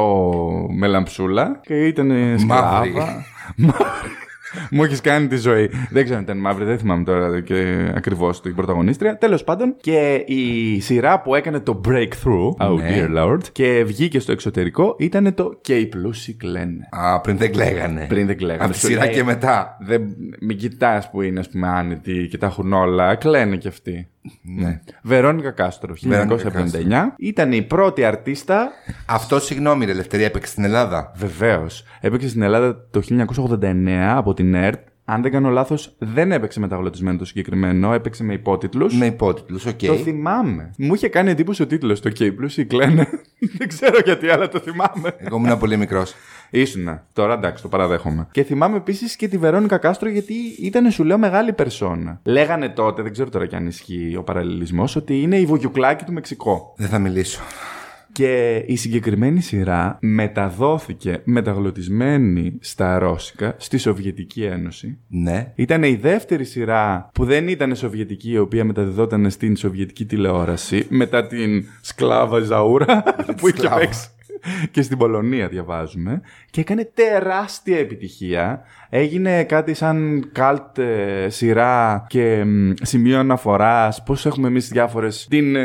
μελαμψούλα και ήταν σκλάβα. Μαύρη. Μαύρη. Μου έχεις κάνει τη ζωή. Δεν ξέρω αν ήταν μαύρη, δεν θυμάμαι τώρα και ακριβώς την πρωταγωνίστρια. Τέλος πάντων, και η σειρά που έκανε το breakthrough, Oh Ναι. dear lord, και βγήκε στο εξωτερικό ήταν το Και οι πλούσιοι κλαίνε. Α, πριν δεν κλαίγανε. Πριν δεν κλαίγανε. Από τη Σου σειρά λέει, και μετά. Δεν, μην κοιτάς που είναι, ας πούμε, άνετοι και τα έχουν όλα. Κλαίνε κι αυτοί. Ναι. Βερόνικα Κάστρο, 1959. Βερόνικα Κάστρο. Ήταν η πρώτη αρτίστα, Αυτό, συγγνώμη, ρε, Ελευθερία έπαιξε στην Ελλάδα. βεβαίως. Έπαιξε στην Ελλάδα το 1989 από την ΕΡΤ. Αν δεν κάνω λάθος, δεν έπαιξε μεταγλωτισμένο το συγκεκριμένο, έπαιξε με υπότιτλους. Με υπότιτλους, οκ. Το θυμάμαι. Μου είχε κάνει εντύπωση ο τίτλος το K plus ή κλαίνε. δεν ξέρω γιατί, αλλά το θυμάμαι. Εγώ ήμουν πολύ μικρός. Ήσουνα. Τώρα εντάξει, το παραδέχομαι. Και θυμάμαι επίσης και τη Βερόνικα Κάστρο γιατί ήταν, σου λέω, μεγάλη περσόνα. Λέγανε τότε, δεν ξέρω τώρα κι αν ισχύει ο παραλληλισμός, ότι είναι η βογιουκλάκη του Μεξικό. Δεν θα μιλήσω. Και η συγκεκριμένη σειρά μεταδόθηκε μεταγλωτισμένη στα Ρώσικα στη Σοβιετική Ένωση. Ναι. Ήταν η δεύτερη σειρά που δεν ήταν Σοβιετική, η οποία μεταδιδόταν στην Σοβιετική τηλεόραση μετά την Σκλάβα Ζαούρα που είχε Σκλάβα. παίξει. Και στην Πολωνία διαβάζουμε και έκανε τεράστια επιτυχία. Έγινε κάτι σαν καλτ ε, σειρά και μ, σημείο αναφοράς. Πώς έχουμε εμείς διάφορες. Την.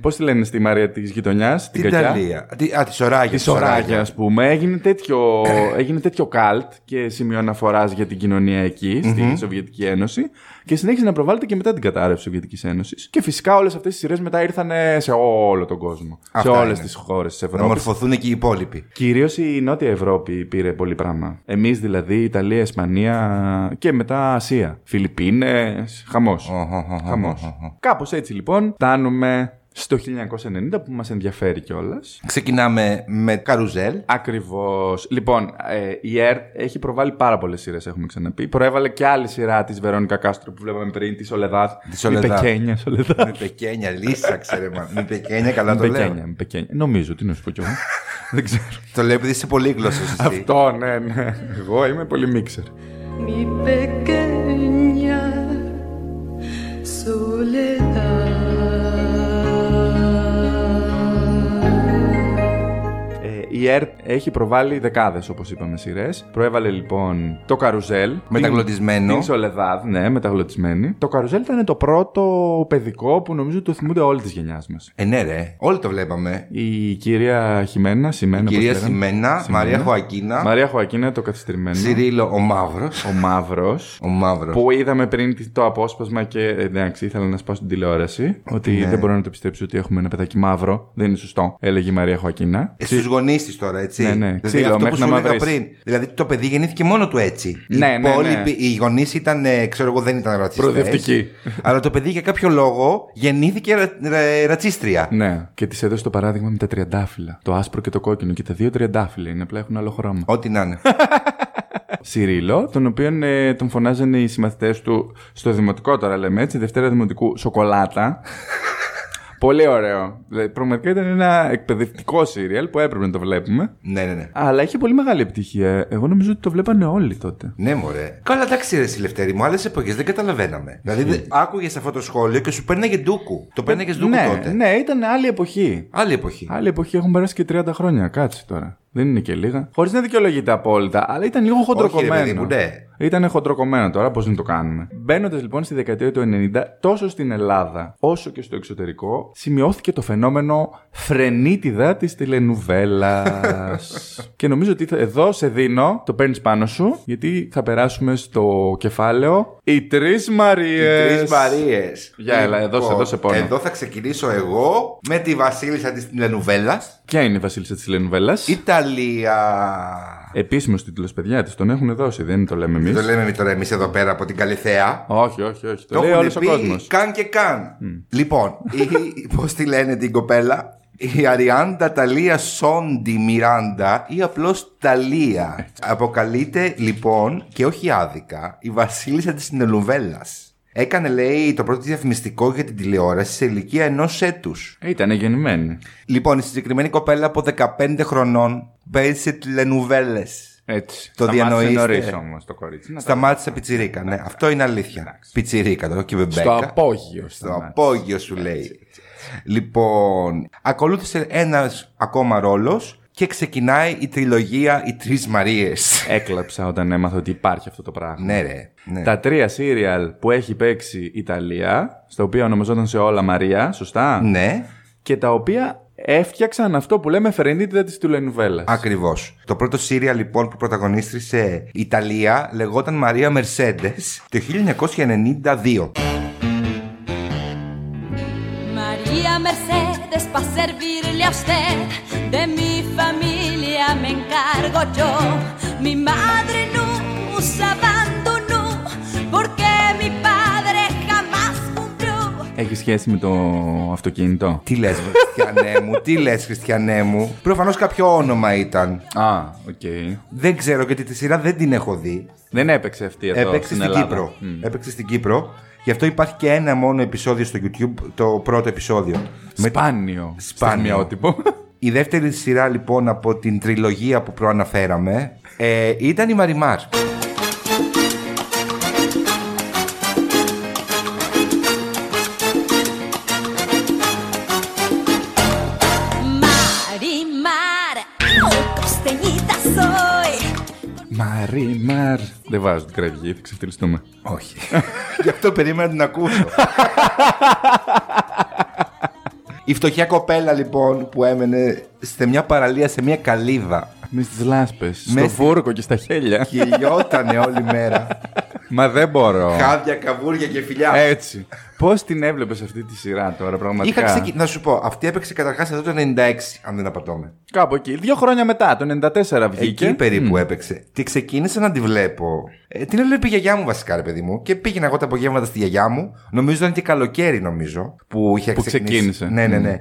Πώ τη λένε στη Μαρία της γειτονιάς, την, Την κακιά? Ιταλία. Τι- Α, τη Σωράγια. Τη τη Σωράγια. Σωράγια, ας πούμε, έγινε τέτοιο, έγινε τέτοιο καλτ και σημείο αναφοράς για την κοινωνία εκεί, στη Σοβιετική Ένωση. Και συνέχισε να προβάλλεται και μετά την κατάρρευση της Σοβιετικής Ένωσης. Και φυσικά όλες αυτές τις σειρές μετά ήρθαν σε όλο τον κόσμο. Αυτά σε όλες είναι. τις χώρες της Να Ευρώπης. μορφωθούν και οι υπόλοιποι. Κυρίως η Νότια Ευρώπη πήρε πολύ πράγμα. Εμείς δηλαδή, Ιταλία, Ισπανία και μετά Ασία. Φιλιππίνες, χαμός. Οχ, οχ, οχ, οχ, οχ. Κάπως έτσι λοιπόν, φτάνουμε στο 1990 που μας ενδιαφέρει κιόλας. Ξεκινάμε με καρουζέλ. Ακριβώς. Λοιπόν, ε, η ΕΡΤ έχει προβάλει πάρα πολλές σειρές, έχουμε ξαναπεί. Προέβαλε και άλλη σειρά της Βερόνικα Κάστρο που βλέπαμε πριν, της Σολεδάθ. Τη Soledad. Η Πεκένια, Σολεδάθ. Με πεκένια, λύσα, ξέρε μα. Με πεκένια, καλά το λέω. Πεκένια, με Πεκένια. Νομίζω, τι να σου πω κι εγώ. Δεν ξέρω. Το λέω επειδή είσαι πολύ γλώσσα. Αυτό, ναι, ναι. Εγώ είμαι πολύ μίξερ. mi pequeña soledad. Ε, η ΕΡΤ έχει προβάλει δεκάδες, όπως είπαμε, σειρές. Προέβαλε λοιπόν το Καρουζέλ. Μεταγλωτισμένο. Την Σολεδάδ, ναι, μεταγλωτισμένη. Το Καρουζέλ ήταν το πρώτο παιδικό που νομίζω το θυμούνται όλοι της γενιάς μας. Ε, ναι, ρε. Όλοι το βλέπαμε. Η κυρία Χιμένα, Σιμένα. πώς Κυρία λέγανε. Σιμένα, Μαρία Χωακίνα, Μαρία Χωακίνα, το καθυστερημένο. Σιρίλο ο Μαύρος. Ο Μαύρος Ο Μαύρος. Που είδαμε πριν τη- το απόσπασμα και ε, εντάξει, ήθελα να σπάσω την τηλεόραση. Ότι Ναι. δεν μπορώ να το πιστέψω ότι έχουμε ένα παιδάκι μαύρο. Δεν είναι σωστό, έλεγε η Μαρία Χωακίνα. Στους γονείς της τώρα, έτσι. Ναι, ναι. Δηλαδή Ξύλο, αυτό που μέχρι να σου έλεγα μαυρίσει. πριν. Δηλαδή το παιδί γεννήθηκε μόνο του έτσι. Ναι, οι ναι, ναι. υπόλοιποι- οι γονείς ήταν, ε, ξέρω εγώ, δεν ήταν ρατσιστές. Προοδευτικοί. Αλλά το παιδί για κάποιο λόγο γεννήθηκε ρα, ρα- ρατσίστρια. Ναι, και της έδωσε το παράδειγμα με τα τριαντάφυλλα. Το άσπρο και το κόκκινο. Και τα δύο τριαντάφυλλα είναι, απλά έχουν άλλο χρώμα. Ό,τι να είναι. Σιρίλο, τον οποίο ε, τον φωνάζανε οι συμμαθητές του στο δημοτικό τώρα, λέμε έτσι, Δευτέρα Δημοτικού, σοκολάτα. Πολύ ωραίο. Δηλαδή, πραγματικά ήταν ένα εκπαιδευτικό σύριαλ που έπρεπε να το βλέπουμε. ναι, ναι, ναι. Αλλά είχε πολύ μεγάλη επιτυχία. Εγώ νομίζω ότι το βλέπανε όλοι τότε. Ναι, μωρέ. Καλά, εντάξει, ρε Σιλευτέρη μου, άλλες εποχές δεν καταλαβαίναμε. Δηλαδή, δε- άκουγες αυτό το σχόλιο και σου παίρναγε ντούκου. Το παίρναγες ντούκου ναι, τότε. ναι, ήταν άλλη εποχή. Άλλη εποχή. Άλλη εποχή έχουν περάσει και 30 χρόνια. Κάτσε τώρα. Δεν είναι και λίγα. Χωρίς να δικαιολογείται απόλυτα, αλλά ήταν λίγο χοντροκομμένο. ρε παιδί μου, ναι. Ήταν χοντροκομμένο τώρα, πώς να το κάνουμε. Μπαίνοντας λοιπόν στη δεκαετία του 90, τόσο στην Ελλάδα όσο και στο εξωτερικό, σημειώθηκε το φαινόμενο φρενίτιδα της τηλενουβέλας. και νομίζω ότι θα- εδώ σε δίνω, το παίρνεις πάνω σου, γιατί θα περάσουμε στο κεφάλαιο Οι Τρεις Μαρίες. Τρεις Μαρίες. Για, έλα, δώσε- δώσε πόνο. Λοιπόν, Εδώ θα ξεκινήσω εγώ με τη Βασίλισσα της Λενουβέλλα. Ποια είναι η Βασίλισσα της τηλενουβέλας. Ιταλία. Επίσημος τίτλος, παιδιά της, τον έχουν δώσει, δεν το λέμε εμείς. Δεν το λέμε εμείς τώρα εμείς εδώ πέρα από την Καλιθέα. Όχι, όχι, όχι. Το, Το λέει έχουν όλος ο πει κόσμος. Καν και καν. Λοιπόν, πώς τη λένε την κοπέλα, η Αριάντα Ταλία Σόντι Μιράντα ή απλώς Ταλία. Αποκαλείται λοιπόν και όχι άδικα η βασίλισσα της Νελουβέλλας. Έκανε λέει το πρώτο της διαφημιστικό για την τηλεόραση σε ηλικία ενός έτους. Ήταν γεννημένη. Λοιπόν, η συγκεκριμένη κοπέλα από 15 χρονών παίζει σε τηλενουβέλες. Έτσι. Το διανοείστε. νωρίς όμως το κορίτσι. Να τα- Σταμάτησε πιτσιρίκα, ναι. Αυτό είναι αλήθεια. Εντάξει. Πιτσιρίκα το και Στο μπεμπέκα. απόγειο. Στο σταμάτησε. απόγειο σου λέει. Λοιπόν, ακολούθησε ένας ακόμα ρόλος και ξεκινάει η τριλογία «Οι τρεις Μαρίες». Έκλαψα όταν έμαθα ότι υπάρχει αυτό το πράγμα. ναι ρε. Ναι. Τα τρία σύριαλ που έχει παίξει η Ιταλία, στα οποία ονομαζόταν σε όλα Μαρία, σωστά. Ναι, Και τα οποία έφτιαξαν αυτό που λέμε φερενίτιδα της τηλενουβέλας. ακριβώς. Το πρώτο σύρια λοιπόν που πρωταγωνίστρισε η Ιταλία λεγόταν Μαρία Μερσέντες το 1992. María Mercedes, para servirle a usted, de mi familia me encargo yo. Mi madre nos abandonó porque mi padre jamás cumplió. Έχει σχέση με το αυτοκίνητο. Τι λες Χριστιανέ μου, τι λες Χριστιανέ μου. Προφανώς κάποιο όνομα ήταν. Α, οκ. Δεν ξέρω γιατί τη σειρά δεν την έχω δει. Δεν έπαιξε αυτή εδώ Έπαιξε στην, Ελλάδα. Κύπρο. Μμ. Έπαιξε στην Κύπρο. Γι' αυτό υπάρχει και ένα μόνο επεισόδιο στο YouTube, το πρώτο επεισόδιο. Με... Σπάνιο. Σπάνιο. Στιγμιότυπο. Η δεύτερη σειρά λοιπόν από την τριλογία που προαναφέραμε ε, ήταν η Μαριμάρ. Marimar, oh, costeñita soy. Μαρίμαρ. Δεν βάζω την κραυγή, θα ξεφτυλιστούμε. Όχι. Γι' αυτό περίμενα να την ακούσω. η φτωχιά κοπέλα λοιπόν που έμενε σε μια παραλία σε μια καλύβα. Μες στις λάσπες, Μες στο στη- βούρκο και στα χέλια. Κυλιότανε όλη μέρα. Μα δεν μπορώ. Χάδια, καβούρια και φιλιά. Έτσι. Πώς την έβλεπες αυτή τη σειρά τώρα, πραγματικά. Είχα ξεκι... Να σου πω, αυτή έπαιξε καταρχάς εδώ το 96, αν δεν απατώμε. Κάπου εκεί. Δύο χρόνια μετά, το 94 βγήκε. Εκεί περίπου έπαιξε. Και ξεκίνησα να τη βλέπω. Ε, την έβλεπε η γιαγιά μου βασικά, ρε παιδί μου. Και πήγαινα εγώ τα απογεύματα στη γιαγιά μου. Νομίζω ήταν και καλοκαίρι, νομίζω. Που είχε Που ξεκινήσει. ξεκίνησε. Ναι, ναι, ναι.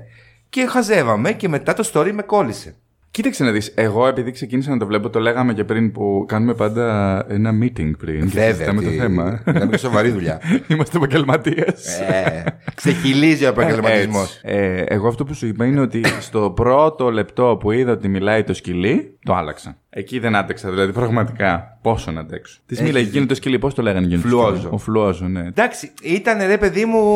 Και χαζεύαμε και μετά το story με κόλλησε. Κοίταξε να δεις. Εγώ επειδή ξεκίνησα να το βλέπω, το λέγαμε και πριν που κάνουμε πάντα ένα meeting πριν. και Βέβαια. συζητάμε το τι- θέμα. ε. Να μην σοβαρή δουλειά. Είμαστε επαγγελματίες. ε, ξεχυλίζει ο επαγγελματισμό. Ε, εγώ αυτό που σου είπα είναι ότι στο πρώτο λεπτό που είδα ότι μιλάει το σκυλί, το άλλαξα. Εκεί δεν άντεξα, δηλαδή πραγματικά. Πόσο να αντέξω. Τη μίλαγε εκείνο το σκυλί, πώς το λέγανε εκείνο. το Φλουόζο. σκυλί? Ο φλουόζο, ναι. Εντάξει, ήταν ρε παιδί μου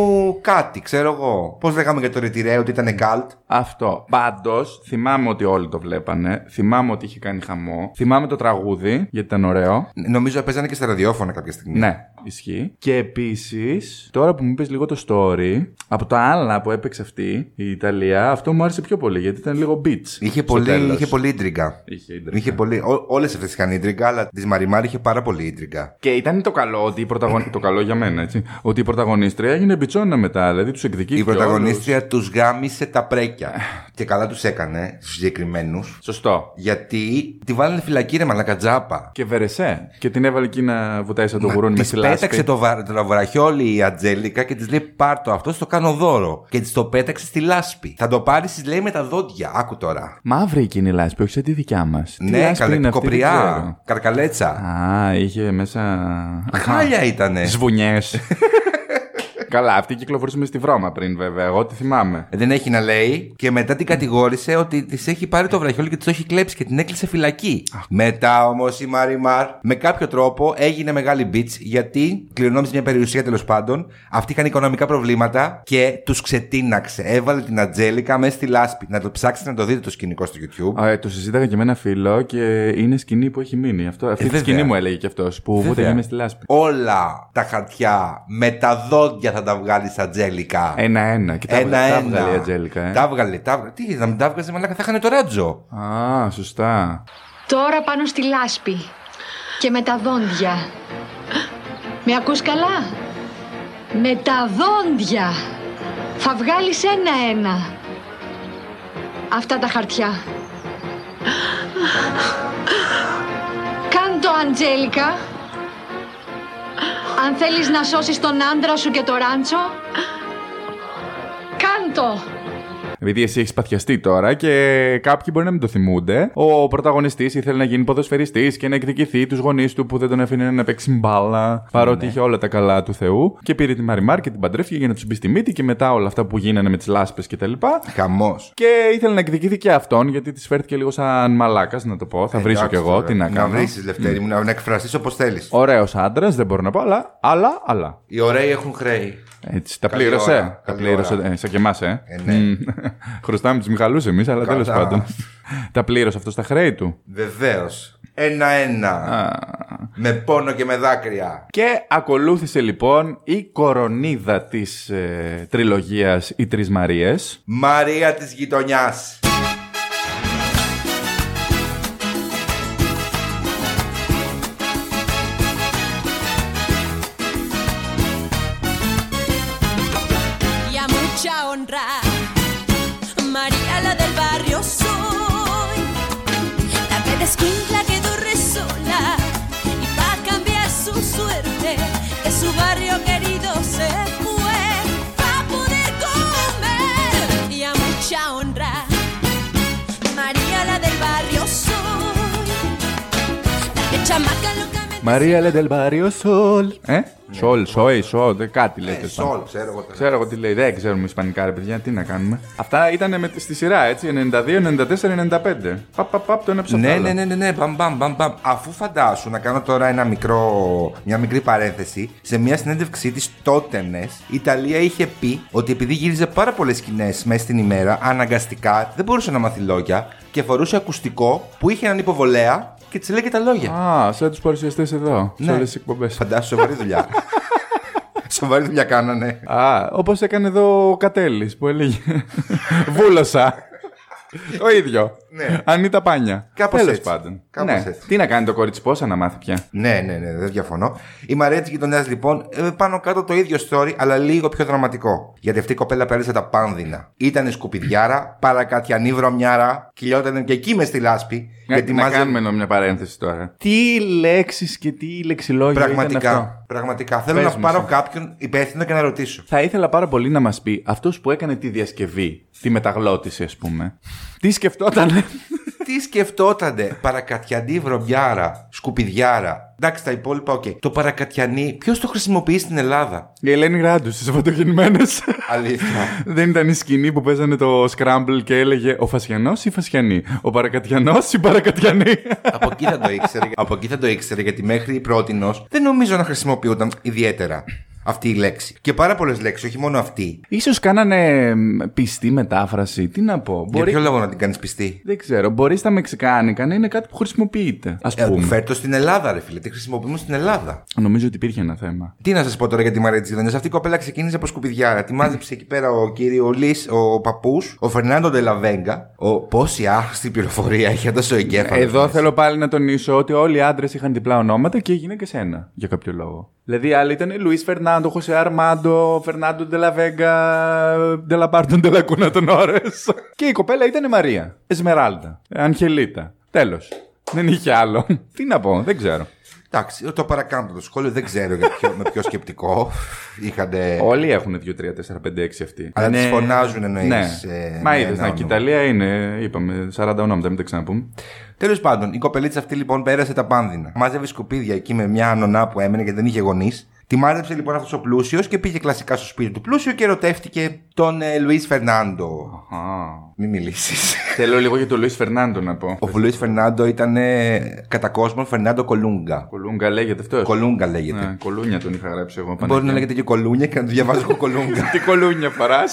κάτι, ξέρω εγώ. Πώς λέγαμε για το ρετυρέ ότι ήταν cult. Αυτό. Πάντως, θυμάμαι ότι όλοι το βλέπανε. Θυμάμαι ότι είχε κάνει χαμό. Θυμάμαι το τραγούδι, γιατί ήταν ωραίο. Νομίζω παίζανε και στα ραδιόφωνα κάποια στιγμή. Ναι, ισχύει. Και επίσης, τώρα που μου είπε λίγο το story, από τα άλλα που έπαιξε αυτή η Ιταλία, αυτό μου άρεσε πιο πολύ γιατί ήταν λίγο beach. Είχε στο πολύ, τέλος. είχε πολύ ίντριγκα. Είχε ίντριγκα. Είχε πολύ, όλες αυτές είχαν ίντριγκα, αλλά της Μαριμάρη είχε πάρα πολύ ίντριγκα. Και ήταν το καλό ότι η πρωταγωνίστρια. το καλό για μένα, έτσι. Ότι η πρωταγωνίστρια έγινε μπιτσόνα μετά, δηλαδή τους εκδικήθηκε. Η όλους. πρωταγωνίστρια τους γάμισε τα πρέκια. και καλά τους έκανε, στους συγκεκριμένους. Σωστό. Γιατί τη βάλανε φυλακή ρε μαλακατζάπα. Και βερεσέ. Και την έβαλε εκεί να βουτάει σαν το γουρούνι με Της τη λάσπη. πέταξε το, βα... το βραχιόλι η Ατζέλικα και της λέει: Πάρ το αυτό, στο κάνω δώρο. Και της το πέταξε στη λάσπη. Θα το πάρεις, της λέει με τα δόντια. Άκου τώρα. Μαύρη εκείνη η λάσπη, όχι σαν τη δικιά μας. ναι, καλέ, κοπριά, καρκαλέτσα. Α, είχε μέσα. Χάλια ήτανε. Σβουνιές. Καλά, αυτή κυκλοφορούσε με στη βρώμα πριν, βέβαια. Εγώ τη θυμάμαι. Δεν έχει να λέει. Και μετά την κατηγόρησε ότι της έχει πάρει το βραχιόλι και της το έχει κλέψει και την έκλεισε φυλακή. Μετά όμως η Μαριμάρ με κάποιο τρόπο έγινε μεγάλη bitch γιατί κληρονόμησε μια περιουσία τέλος πάντων. Αυτοί είχαν οικονομικά προβλήματα και τους ξετίναξε. Έβαλε την Ατζέλικα μέσα στη λάσπη. Να το ψάξετε να το δείτε το σκηνικό στο YouTube. Α, ε, το συζήταγα και με ένα φίλο και είναι σκηνή που έχει μείνει. Αυτό, αυτή τη Ε, βέβαια. σκηνή μου έλεγε κι αυτός που βούταγε μες στη λάσπη. Όλα τα χαρτιά με τα δόντια θα τα βγάλεις Ατζέλικα. Ένα-ένα. Και Ε, τα Ένα-ένα. τα βγάλε η Ατζέλικα. Ε. Τα βγάλε, τα βγάλε. Τι, να μην τα βγάζεις μαλάκα, θα είχαν το ράτζο. Α, σωστά. Τώρα πάνω στη λάσπη και με τα δόντια. Με ακούς καλά? Με τα δόντια. Θα βγάλεις ένα-ένα. Αυτά τα χαρτιά. Κάν το, Αντζέλικα. Αν θέλεις να σώσεις τον άντρα σου και το ράντσο, κάν το. Επειδή εσύ έχεις παθιαστεί τώρα και κάποιοι μπορεί να μην το θυμούνται. Ο πρωταγωνιστής ήθελε να γίνει ποδοσφαιριστής και να εκδικηθεί τους γονείς του που δεν τον αφήνουν να παίξει μπάλα. Ναι. Παρότι είχε όλα τα καλά του Θεού. Και πήρε τη Μαριμάρ και την παντρεύτηκε για να τους μπει στη μύτη και μετά όλα αυτά που γίνανε με τις λάσπες κτλ. Χαμός. Και ήθελε να εκδικηθεί και αυτόν γιατί της φέρθηκε λίγο σαν μαλάκας, να το πω. Θα βρίσω κι εγώ, τι να Να κάνω. βρεις, Λευτέρη μου, να, να εκφραστείς όπως θέλεις. Ωραίος άντρας, δεν μπορώ να πω, αλλά, αλλά, αλλά. Οι ωραίοι έχουν χρέη. Έτσι, τα Καλή πλήρωσε. ώρα, τα καλή πλήρωσε. ώρα. Ε, σαν και εμά, ε. Ε, ναι. Μμ. Χρωστάμε τους Μιχαλούς εμείς, αλλά τέλος Καλά. πάντων. τα πλήρωσε αυτό στα χρέη του. Βεβαίως. Ένα-ένα. Α. Με πόνο και με δάκρυα. Και ακολούθησε λοιπόν η κορονίδα της ε, τριλογίας Οι Τρεις Μαρίες. Μαρία της γειτονιάς. y a mucha honra. María la del barrio soy, la que descuincla que durre sola y va a cambiar su suerte que su barrio querido se fue para poder comer y a mucha honra. María la del barrio soy, la que chamaca locamente Μαρία Λέντελ Μπάριο Σολ. Ε, Σολ, Σόι, Σολ, δεν κάτι λέει. Ναι. Ε, τέλος πάντων. Σόλ, ξέρω εγώ. Ξέρω εγώ τι λέει, δεν ξέρουμε Ισπανικά, ρε παιδιά, τι να κάνουμε. Αυτά ήταν στη σειρά, έτσι, 92, 94, 95. Παπ, παπ, παπ, το ένα ψωμί. Ναι, ναι, ναι, ναι, ναι, μπαμ, μπαμ, μπαμ, μπαμ. Αφού φαντάσου να κάνω τώρα ένα μικρό, μια μικρή παρένθεση, σε μια συνέντευξή της τότενε, η Ιταλία είχε πει ότι επειδή γύριζε πάρα πολλές σκηνές μέσα στην ημέρα, αναγκαστικά δεν μπορούσε να μάθει λόγια και φορούσε ακουστικό που είχε έναν υποβολέα και της λέγε τα λόγια. Α, σαν τους παρουσιαστές εδώ, σε Ναι. όλες τις εκπομπές. Φαντάσου, σοβαρή δουλειά. σοβαρή δουλειά κάνανε. Α, όπως έκανε εδώ ο Κατέλης που έλεγε. Βούλωσα. Ο ίδιο. Ναι. Ανίτα πάνια. Κάπως Τέλος έτσι. πάντων. Κάπως ναι. έτσι. Τι να κάνει το κορίτσι, πόσα να μάθει πια. Ναι, ναι, ναι, δεν διαφωνώ. Η Μαρία της γειτονιάς λοιπόν, ε, πάνω κάτω το ίδιο story, αλλά λίγο πιο δραματικό. Γιατί αυτή η κοπέλα πέρασε τα πάνδυνα. Ήταν σκουπιδιάρα, παρακατιανή βρωμιάρα, κυλιόταν και εκεί μες στη λάσπη. Να, γιατί Ναι, να μάζε- κάνουμε ενώ μια παρένθεση τώρα. Τι λέξεις και τι λεξιλόγια ήταν αυτό. Πραγματικά, πραγματικά. Θέλω Πες να μου πάρω εσύ. κάποιον υπεύθυνο και να ρωτήσω. Θα ήθελα πάρα πολύ να μας πει αυτός που έκανε τη διασκευή, τη μεταγλώτηση, ας πούμε. Τι σκεφτόταν. Τι σκεφτότανε, παρακατιανή βρωμιάρα, σκουπιδιάρα. Εντάξει, τα υπόλοιπα, οκ. Το παρακατιανή, ποιος το χρησιμοποιεί στην Ελλάδα. Η Ελένη Ράντους στι Σαββατογεννημένε. Αλήθεια. Δεν ήταν η σκηνή που παίζανε το Scramble και έλεγε Ο Φασιανός ή Φασιανή. Ο Παρακατιανός ή Παρακατιανή. Από εκεί θα το ήξερε. Από εκεί θα το ήξερε, γιατί μέχρι πρότινο δεν νομίζω να χρησιμοποιούνταν ιδιαίτερα αυτή η λέξη. Και πάρα πολλές λέξεις, όχι μόνο αυτή. Ίσως κάνανε μ, πιστή μετάφραση. Τι να πω. Για Μπορεί... ποιο λόγο να την κάνεις πιστή. Δεν ξέρω. Μπορείς στα Μεξικάνικα να είναι κάτι που χρησιμοποιείται. Ας Ε, πούμε. φέρτο στην Ελλάδα, ρε φίλε. Τη χρησιμοποιούμε στην Ελλάδα. Νομίζω ότι υπήρχε ένα θέμα. Τι να σας πω τώρα για τη Μαρία της Γειτονιάς. Αυτή η κοπέλα ξεκίνησε από σκουπιδιάρα. Τη μάζεψε εκεί πέρα ο κύριο Λί, ο παππούς, ο Φερνάντο Ντελαβέγκα. Ο... Πόση άχρηστη πληροφορία έχει αυτό ο εγκέφαλο. Εδώ θέλω πάλι να τονίσω ότι όλοι οι άντρες είχαν διπλά ονόματα και οι γυναίκε ένα. Για κάποιο λόγο. Δηλαδή οι άλλοι ήταν Λουίς Φερνάντο, Χωσέ Αρμάντο, Φερνάντο Ντελαβέγκα, Ντελαπάρτον Ντελακούνα των Ωρε. και η κοπέλα ήταν Μαρία. Εσμεράλτα. Αγγελίτα. Τέλος. Δεν είχε άλλο. Τι να πω, δεν ξέρω. Εντάξει, το παρακάμπτω το σχόλιο. Δεν ξέρω για ποιο, με ποιο σκεπτικό είχατε. Όλοι έχουν 2, 3, 4, 5, 6 αυτοί. Ε. Αλλά τις φωνάζουν, εννοείς, Ναι. ε, Μα με είδε, ένα να, όνομα. και η Ιταλία είναι, είπαμε, 40 ονόματα, μην τα ξαναπούμε. Τέλος πάντων, η κοπελίτσα αυτή λοιπόν πέρασε τα πάνδυνα. Μάζευε σκουπίδια εκεί με μια ανωνά που έμενε γιατί δεν είχε γονείς. Τη μάζεψε λοιπόν αυτός ο πλούσιος και πήγε κλασικά στο σπίτι του πλούσιο και ερωτεύτηκε τον ε, Λουίς Φερνάντο. Α, Μην μιλήσεις. Θέλω λίγο για τον Λουίς Φερνάντο να πω. ο Λουίς Φερνάντο ήταν ε, κατά κόσμον Φερνάντο Κολούγκα. Κολούγκα λέγεται αυτός. Κολούγκα λέγεται. Ναι, κολούνια τον είχα γράψει εγώ. Μπορεί Παναγία. να λέγεται και κολούνια και να το διαβάζω εγώ κολούγκα. Τι κολούνια φορά.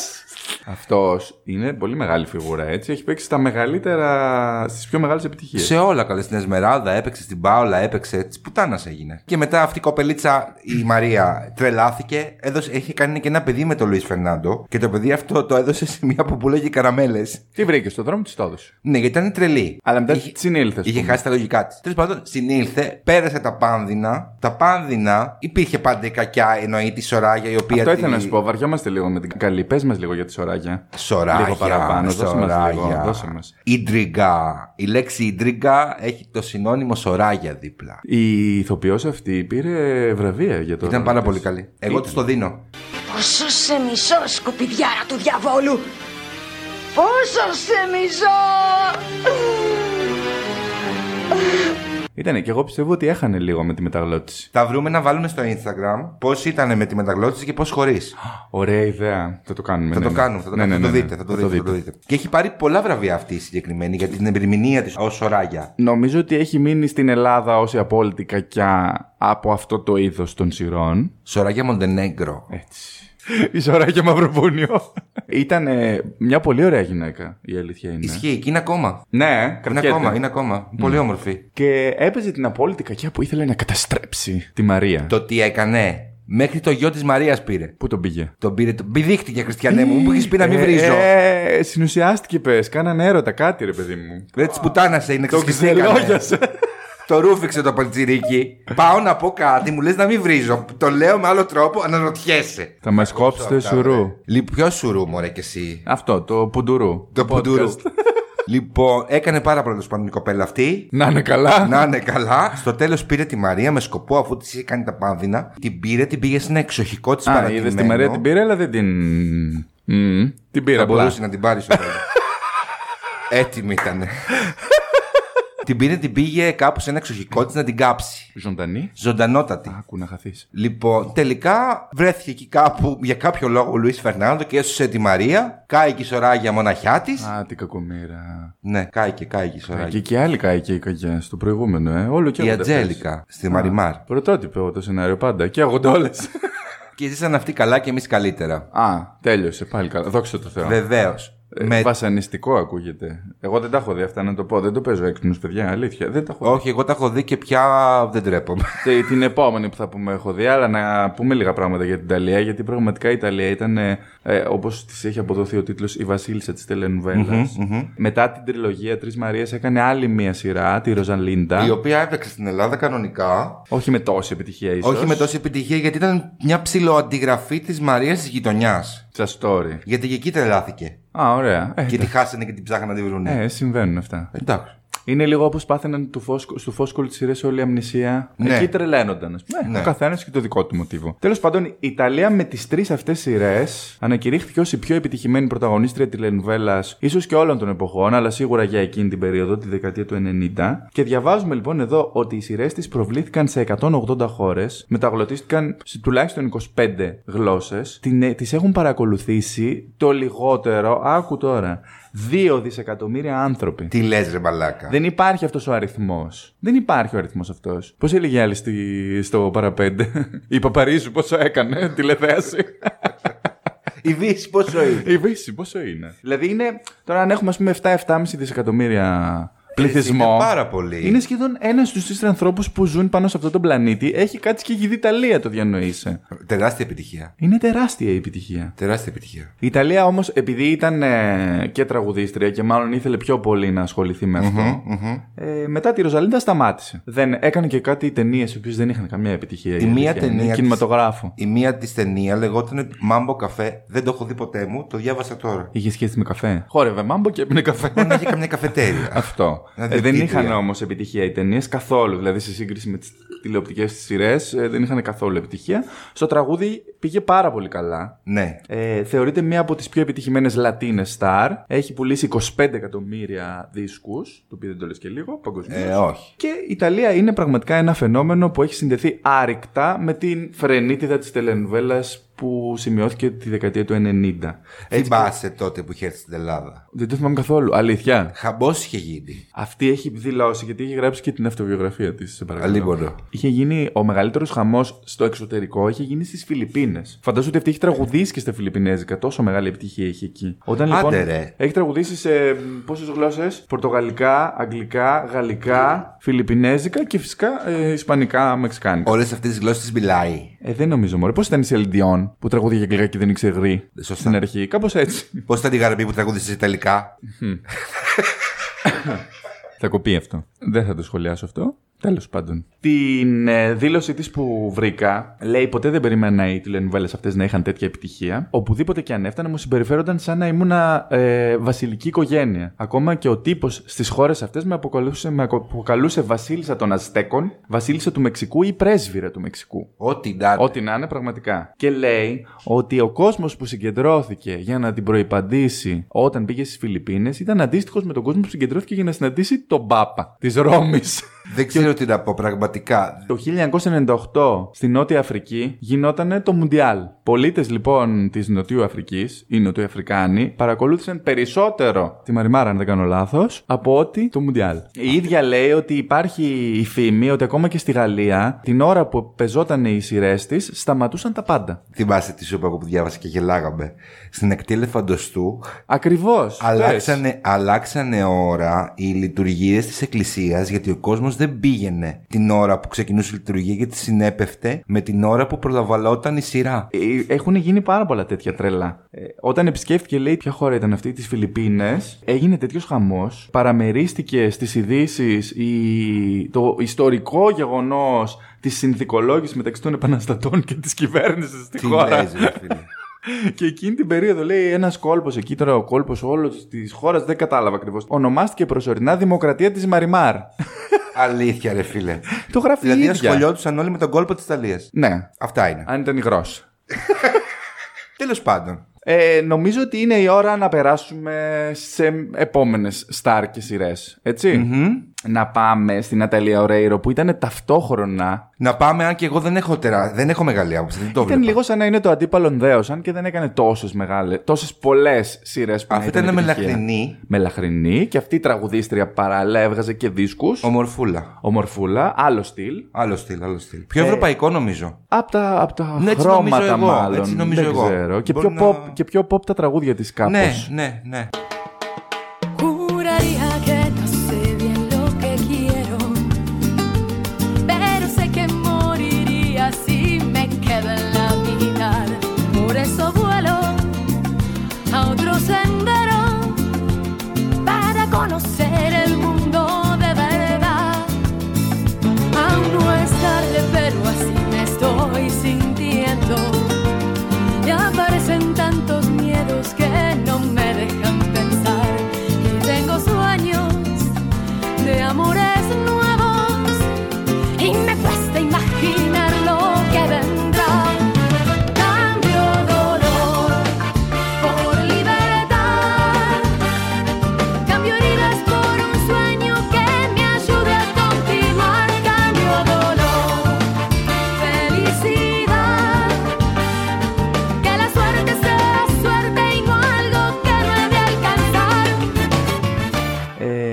Αυτό είναι πολύ μεγάλη φιγούρα έτσι. Έχει παίξει στα μεγαλύτερα, στις πιο μεγάλες επιτυχίες. Σε όλα καλέ. Στην Εσμεράδα έπαιξε, στην Πάολα έπαιξε. Της πουτάνας έγινε. Και μετά αυτή η κοπελίτσα, η Μαρία, τρελάθηκε. Έδωσε, είχε κάνει και ένα παιδί με τον Λουίς Φερνάντο. Και το παιδί αυτό το έδωσε σε μια που πουλάγε καραμέλες. Τι βρήκες στον δρόμο, της το έδωσε. Ναι, γιατί ήταν τρελή. Αλλά μετά Είχε- τη συνήλθες. Είχε χάσει τα λογικά της. Τέλος πάντων, συνήλθε, πέρασε τα πάνδυνα. Τα πάνδυνα υπήρχε πάντα η κακιά, εννοεί τη σωράγια η οποία. Αυτό τη- ήθελα να σου πω. Βαριόμαστε λίγο με την καλή. Πες μας λίγο για τη σωράγια. Σωράγια. Λίγο παραπάνω. Δώσε μας λίγο. σωράγια. Δώσε μας. Ίντριγκα. Η λέξη ίντριγκα έχει το συνώνυμο σωράγια δίπλα. Η ηθοποιός αυτή πήρε βραβεία για το. Ήταν ρόλο πάρα της. πολύ καλή. Εγώ τη το δίνω. Πόσο σε μισό σκουπιδιάρα του διαβόλου! Πόσο σε μισώ! Ήτανε και εγώ πιστεύω ότι έχανε λίγο με τη μεταγλώτηση. Θα βρούμε να βάλουμε στο Instagram πώς ήταν με τη μεταγλώτηση και πώς χωρίς. Ωραία ιδέα. Θα το κάνουμε. Θα ναι, το ναι. κάνουμε, θα το, Ναι, κάνουμε. ναι, θα το ναι, δείτε, ναι. θα το δείτε, θα το δείτε. Και έχει πάρει πολλά βραβεία αυτή η συγκεκριμένη για την ερμηνεία της ως ωράγια. Νομίζω ότι έχει μείνει στην Ελλάδα ως η απόλυτη κακιά από αυτό το είδος των σειρών. Σωράγια Μοντενέγκρο. Ναι. Έτσι. Η Σωρά και Μαυροβούνιο. Ήταν μια πολύ ωραία γυναίκα, η αλήθεια είναι. Ισχύει και είναι ακόμα. Ναι, Είναι κρατιέται. ακόμα, είναι ακόμα. Ναι. Πολύ όμορφη. Και έπαιζε την απόλυτη κακιά που ήθελε να καταστρέψει τη Μαρία. Το τι έκανε. Μέχρι το γιο της Μαρίας πήρε. Πού τον πήγε. Τον πήρε. Τον πηδήχτηκε, Χριστιανέ Ναι, μου. Μου είχες πει να μην Ε, βρίζω. Ε, ε, συνουσιάστηκε, πες. Κάνανε έρωτα, κάτι, ρε παιδί μου. Ρε της πουτάνασε, είναι Το ξυξελόγια. ξελόγιασε. Το ρούφιξε το παλτσιρίκι. Πάω να πω κάτι, μου λες να μην βρίζω. Το λέω με άλλο τρόπο, αναρωτιέσαι. Θα μας κόψετε Αυτά, σουρού. ρε. Λοιπόν, ποιο σουρού, μωρέ και εσύ. Αυτό, το πουντουρού. Το ποντούρου. podcast. Λοιπόν, έκανε πάρα πολύ σπάνιο η κοπέλα αυτή. Να είναι καλά. Να είναι καλά. Στο τέλος πήρε τη Μαρία με σκοπό, αφού της είχε κάνει τα πάνδυνα, την πήρε, την πήγε σε ένα εξοχικό της Α, είδες τη Μαρία την πήρε, αλλά δεν την. Μμμ. Την πήρε Θα απλά. μπορούσε να την πάρει στο τέλος. Έτοιμη ήταν. την πήρε, την πήγε κάπου σε ένα εξοχικό της να την κάψει. Ζωντανή. Ζωντανότατη. Άκου να χαθείς. Λοιπόν, τελικά βρέθηκε εκεί κάπου για κάποιο λόγο ο Λουίς Φερνάνδο και έσωσε τη Μαρία. Κάει και η σωράγια μοναχιά της. Α, την κακομοίρα. Ναι, κάει και κάει και η Και σωράγια. και άλλοι καίκε κακιά στο προηγούμενο, ε. Όλο και Η έχονται Ατζέλικα στη Μαριμάρ. αυτές. Πρωτότυπο το σενάριο πάντα. Και έχονται όλες. Και ζήσαν αυτοί καλά και εμείς καλύτερα. Α, τέλειωσε πάλι καλά. Δόξα τω Θεώ. Βεβαίως. Ε, Βασανιστικό ακούγεται. Εγώ δεν τα έχω δει αυτά να το πω. Δεν το παίζω έξυπνου, παιδιά. Αλήθεια. Δεν τα έχω Όχι, εγώ τα έχω δει και πια δεν τρέπομαι. Τε- την επόμενη που θα πούμε έχω δει, αλλά να πούμε λίγα πράγματα για την Ιταλία, γιατί πραγματικά η Ιταλία ήταν, ε, ε, όπως της έχει αποδοθεί ο τίτλος, η βασίλισσα της τελενουβελας Μετά την τριλογία Τρεις Μαρίες έκανε άλλη μία σειρά, τη Ροζαλίντα. Η οποία έπαιξε στην Ελλάδα κανονικά. Όχι με τόση επιτυχία ίσως. Όχι με τόση επιτυχία γιατί ήταν μια ψηλοαντιγραφή της Μαρίας της γειτονιάς. Σα story. Γιατί και εκεί τρελάθηκε. Α, ωραία. Ε, Και τη χάσανε και την ψάχναν να τη βρουν. ε, συμβαίνουν αυτά. Εντάξει. Είναι λίγο όπως πάθαιναν του φόσκο, στο φόσκολ τη σειρές όλη η αμνησία. Ναι. Εκεί τρελαίνονταν. ας πούμε. Ε, Ναι. Ο καθένας και το δικό του μοτίβο. Τέλος πάντων, η Ιταλία με τις τρεις αυτές σειρές ανακηρύχθηκε ως η πιο επιτυχημένη πρωταγωνίστρια τηλενουβέλας, ίσως και όλων των εποχών, αλλά σίγουρα για εκείνη την περίοδο, τη δεκαετία του 90. Και διαβάζουμε λοιπόν εδώ ότι οι σειρές της προβλήθηκαν σε 180 χώρες, μεταγλωτίστηκαν σε τουλάχιστον 25 γλώσσε. Τι ε, έχουν παρακολουθήσει το λιγότερο, άκου τώρα, 2 δισεκατομμύρια άνθρωποι. Τι λες, ρε μπαλάκα. Δεν υπάρχει αυτός ο αριθμός. Δεν υπάρχει ο αριθμός αυτός. Πώς έλεγε η άλλη στη- στο παραπέντε. Η Παπαρίζου πόσο έκανε τηλεθέαση. Η Δύση πόσο είναι. Η Βύση πόσο είναι. Δηλαδή είναι. Τώρα αν έχουμε ας πούμε 7-7,5 δισεκατομμύρια πληθυσμό. Ε, Είναι πάρα πολύ. Είναι σχεδόν ένας στους τρει ανθρώπους που ζουν πάνω σε αυτόν τον πλανήτη. Έχει κάτσει και έχει δει Ιταλία, το διανοείσαι. Τεράστια επιτυχία. Είναι τεράστια η επιτυχία. Τεράστια επιτυχία. Η Ιταλία όμως, επειδή ήταν ε, και τραγουδίστρια και μάλλον ήθελε πιο πολύ να ασχοληθεί με αυτο ε, μετά τη Ροζαλίντα σταμάτησε. Δεν, έκανε και κάτι ταινίες οι οποίες δεν είχαν καμία επιτυχία. Η μία αλήθεια είναι. ταινία της- Κινηματογράφο. Η μία της ταινία λεγόταν Μάμπο Καφέ. Δεν το έχω δει ποτέ μου, το διάβασα τώρα. Είχε σχέση με καφέ. Χόρευε μάμπο και έπινε καφέ. Μπορεί να είχε καμιά καφετέρια. Αυτό. Να Ε, δει δεν τι είχαν ιδέα. όμως επιτυχία οι ταινίες καθόλου. Δηλαδή, σε σύγκριση με τις τηλεοπτικές σειρές, ε, δεν είχαν καθόλου επιτυχία. Στο τραγούδι πήγε πάρα πολύ καλά. ναι. Ε, θεωρείται μία από τις πιο επιτυχημένες λατίνες star. Έχει πουλήσει 25 εκατομμύρια δίσκους, το οποίο δεν το λες και λίγο, παγκοσμίως. Ε, όχι. Και η Ιταλία είναι πραγματικά ένα φαινόμενο που έχει συνδεθεί άρρηκτα με την φρενίτιδα της τελενουβέλας που σημειώθηκε τη δεκαετία του 90. Θυμάσαι τότε που είχε έρθει στην Ελλάδα. Δεν το θυμάμαι καθόλου. Αλήθεια. Χαμπός είχε γίνει. Αυτή έχει δηλώσει, γιατί έχει γράψει και την αυτοβιογραφία της, σε παρακαλώ. Αλίμονο. Είχε γίνει ο μεγαλύτερος χαμός στο εξωτερικό, είχε γίνει στις Φιλιππίνες. Φαντάζομαι ότι αυτή έχει τραγουδήσει και στα Φιλιππινέζικα. Τόσο μεγάλη επιτυχία είχε εκεί. Όταν Άντε λοιπόν. ρε. Έχει τραγουδήσει σε πόσες γλώσσες. Πορτογαλικά, Αγγλικά, Γαλλικά, Φιλιππινέζικα και φυσικά ε, Ισπανικά, Μεξικάνικα. Όλες αυτές τις γλώσσες μιλάει. Ε, δεν νομίζω μωρέ. Πώς ήταν η Σελντιόν που τραγούδια αγγλικά και δεν ήξερε γρή. Σωστά. Στην αρχή, κάπως έτσι. Πώς ήταν η γαρμπή που τραγούδισε τελικά. θα κοπεί αυτό. Δεν θα το σχολιάσω αυτό. Τέλος πάντων. Την ε, δήλωσή της που βρήκα λέει: Ποτέ δεν περίμενα οι τηλενοβέλε αυτές να είχαν τέτοια επιτυχία. Οπουδήποτε και αν έφτανα, μου συμπεριφέρονταν σαν να ήμουνα ε, βασιλική οικογένεια. Ακόμα και ο τύπος στις χώρες αυτές με αποκαλούσε, με ακο- αποκαλούσε βασίλισσα των Αζτέκων, βασίλισσα του Μεξικού ή πρέσβυρα του Μεξικού. Ό,τι να είναι. Ό,τι να είναι πραγματικά. Και λέει ότι ο κόσμος που συγκεντρώθηκε για να την προϋπαντήσει όταν πήγε στις Φιλιππίνες ήταν αντίστοιχος με τον κόσμο που συγκεντρώθηκε για να συναντήσει τον Πάπα της Ρώμης. Δεν ξέρω τι να πω πραγματικά. Το 1998 στη Νότια Αφρική γινόταν το Μουντιάλ. Πολίτες λοιπόν της Νοτιού Αφρικής, οι Νοτιοαφρικάνοι, παρακολούθησαν περισσότερο τη Μαριμάρα, αν δεν κάνω λάθος, από ότι το Μουντιάλ. Η ίδια λέει ότι υπάρχει η φήμη ότι ακόμα και στη Γαλλία, την ώρα που πεζόταν οι σειρές της, σταματούσαν τα πάντα. Θυμάστε τι σου είπα εγώ που διάβασα και γελάγαμε. Στην ακτή ελεφαντοστού Ακριβώ. αλλάξανε, αλλάξανε ώρα οι λειτουργίες της Εκκλησίας γιατί ο κόσμος δεν πήγαινε την ώρα που ξεκινούσε η λειτουργία γιατί συνέπεφτε με την ώρα που προλαβαλόταν η σειρά. Ε, Έχουν γίνει πάρα πολλά τέτοια τρελά. Ε, όταν επισκέφθηκε, λέει, ποια χώρα ήταν αυτή, τις Φιλιππίνες, έγινε τέτοιος χαμός. Παραμερίστηκε στις ειδήσει η... το ιστορικό γεγονός της συνθηκολόγησης μεταξύ των επαναστατών και της κυβέρνησης στη Τι χώρα. λες, ρε φίλε. Και εκείνη την περίοδο λέει ένας κόλπος εκεί, τώρα ο κόλπος όλος της χώρας δεν κατάλαβα ακριβώς. Ονομάστηκε προσωρινά Δημοκρατία της Μαριμάρ. Αλήθεια, ρε φίλε. το γράφει η δηλαδή ίδια. ασχολιόντουσαν όλοι με τον κόλπο της Ιταλίας. Ναι, Αυτά είναι. αν ήταν υγρός. Τέλος πάντων. Ε, νομίζω ότι είναι η ώρα να περάσουμε σε επόμενες στάρ και σειρές, ετσι Να πάμε στην Αταλία Ορέιρο που ήταν ταυτόχρονα. Να πάμε, αν και εγώ δεν έχω, τερα... δεν έχω μεγάλη άποψη. Δεν το Ήταν βλέπω. λίγο σαν να είναι το αντίπαλον δέος, αν και δεν έκανε τόσες μεγάλες, τόσες πολλές σειρές που να Αυτή ήταν επιτυχία. μελαχρινή, Μελαχρινή και αυτή η τραγουδίστρια παράλληλα έβγαζε και δίσκους. ομορφούλα. Ομορφούλα, άλλο στυλ. Άλλο στυλ, άλλο στυλ. Ε, Πιο ευρωπαϊκό νομίζω. Από τα, απ' τα Ναι, έτσι νομίζω χρώματα εγώ, μάλλον. έτσι νομίζω δεν εγώ. ξέρω. Και Μπορεί πιο, να- pop, και πιο pop τα τραγούδια της κάπως. Ναι, ναι, ναι. Juraría que no sé bien lo que quiero, pero sé que moriría si me quedo en la mitad. Por eso vuelo a otro sendero para conocer el mundo de verdad. Aún no es tarde, pero así me estoy sintiendo. Y aparecen tantos miedos que no me dejan pensar. Y tengo sueños de amores nuevos y me cuesta imaginar lo que vendrá. Cambio dolor por libertad. Cambio heridas por un sueño que me ayude a continuar. Cambio dolor, felicidad. Que la suerte sea suerte y no algo que no he de alcanzar.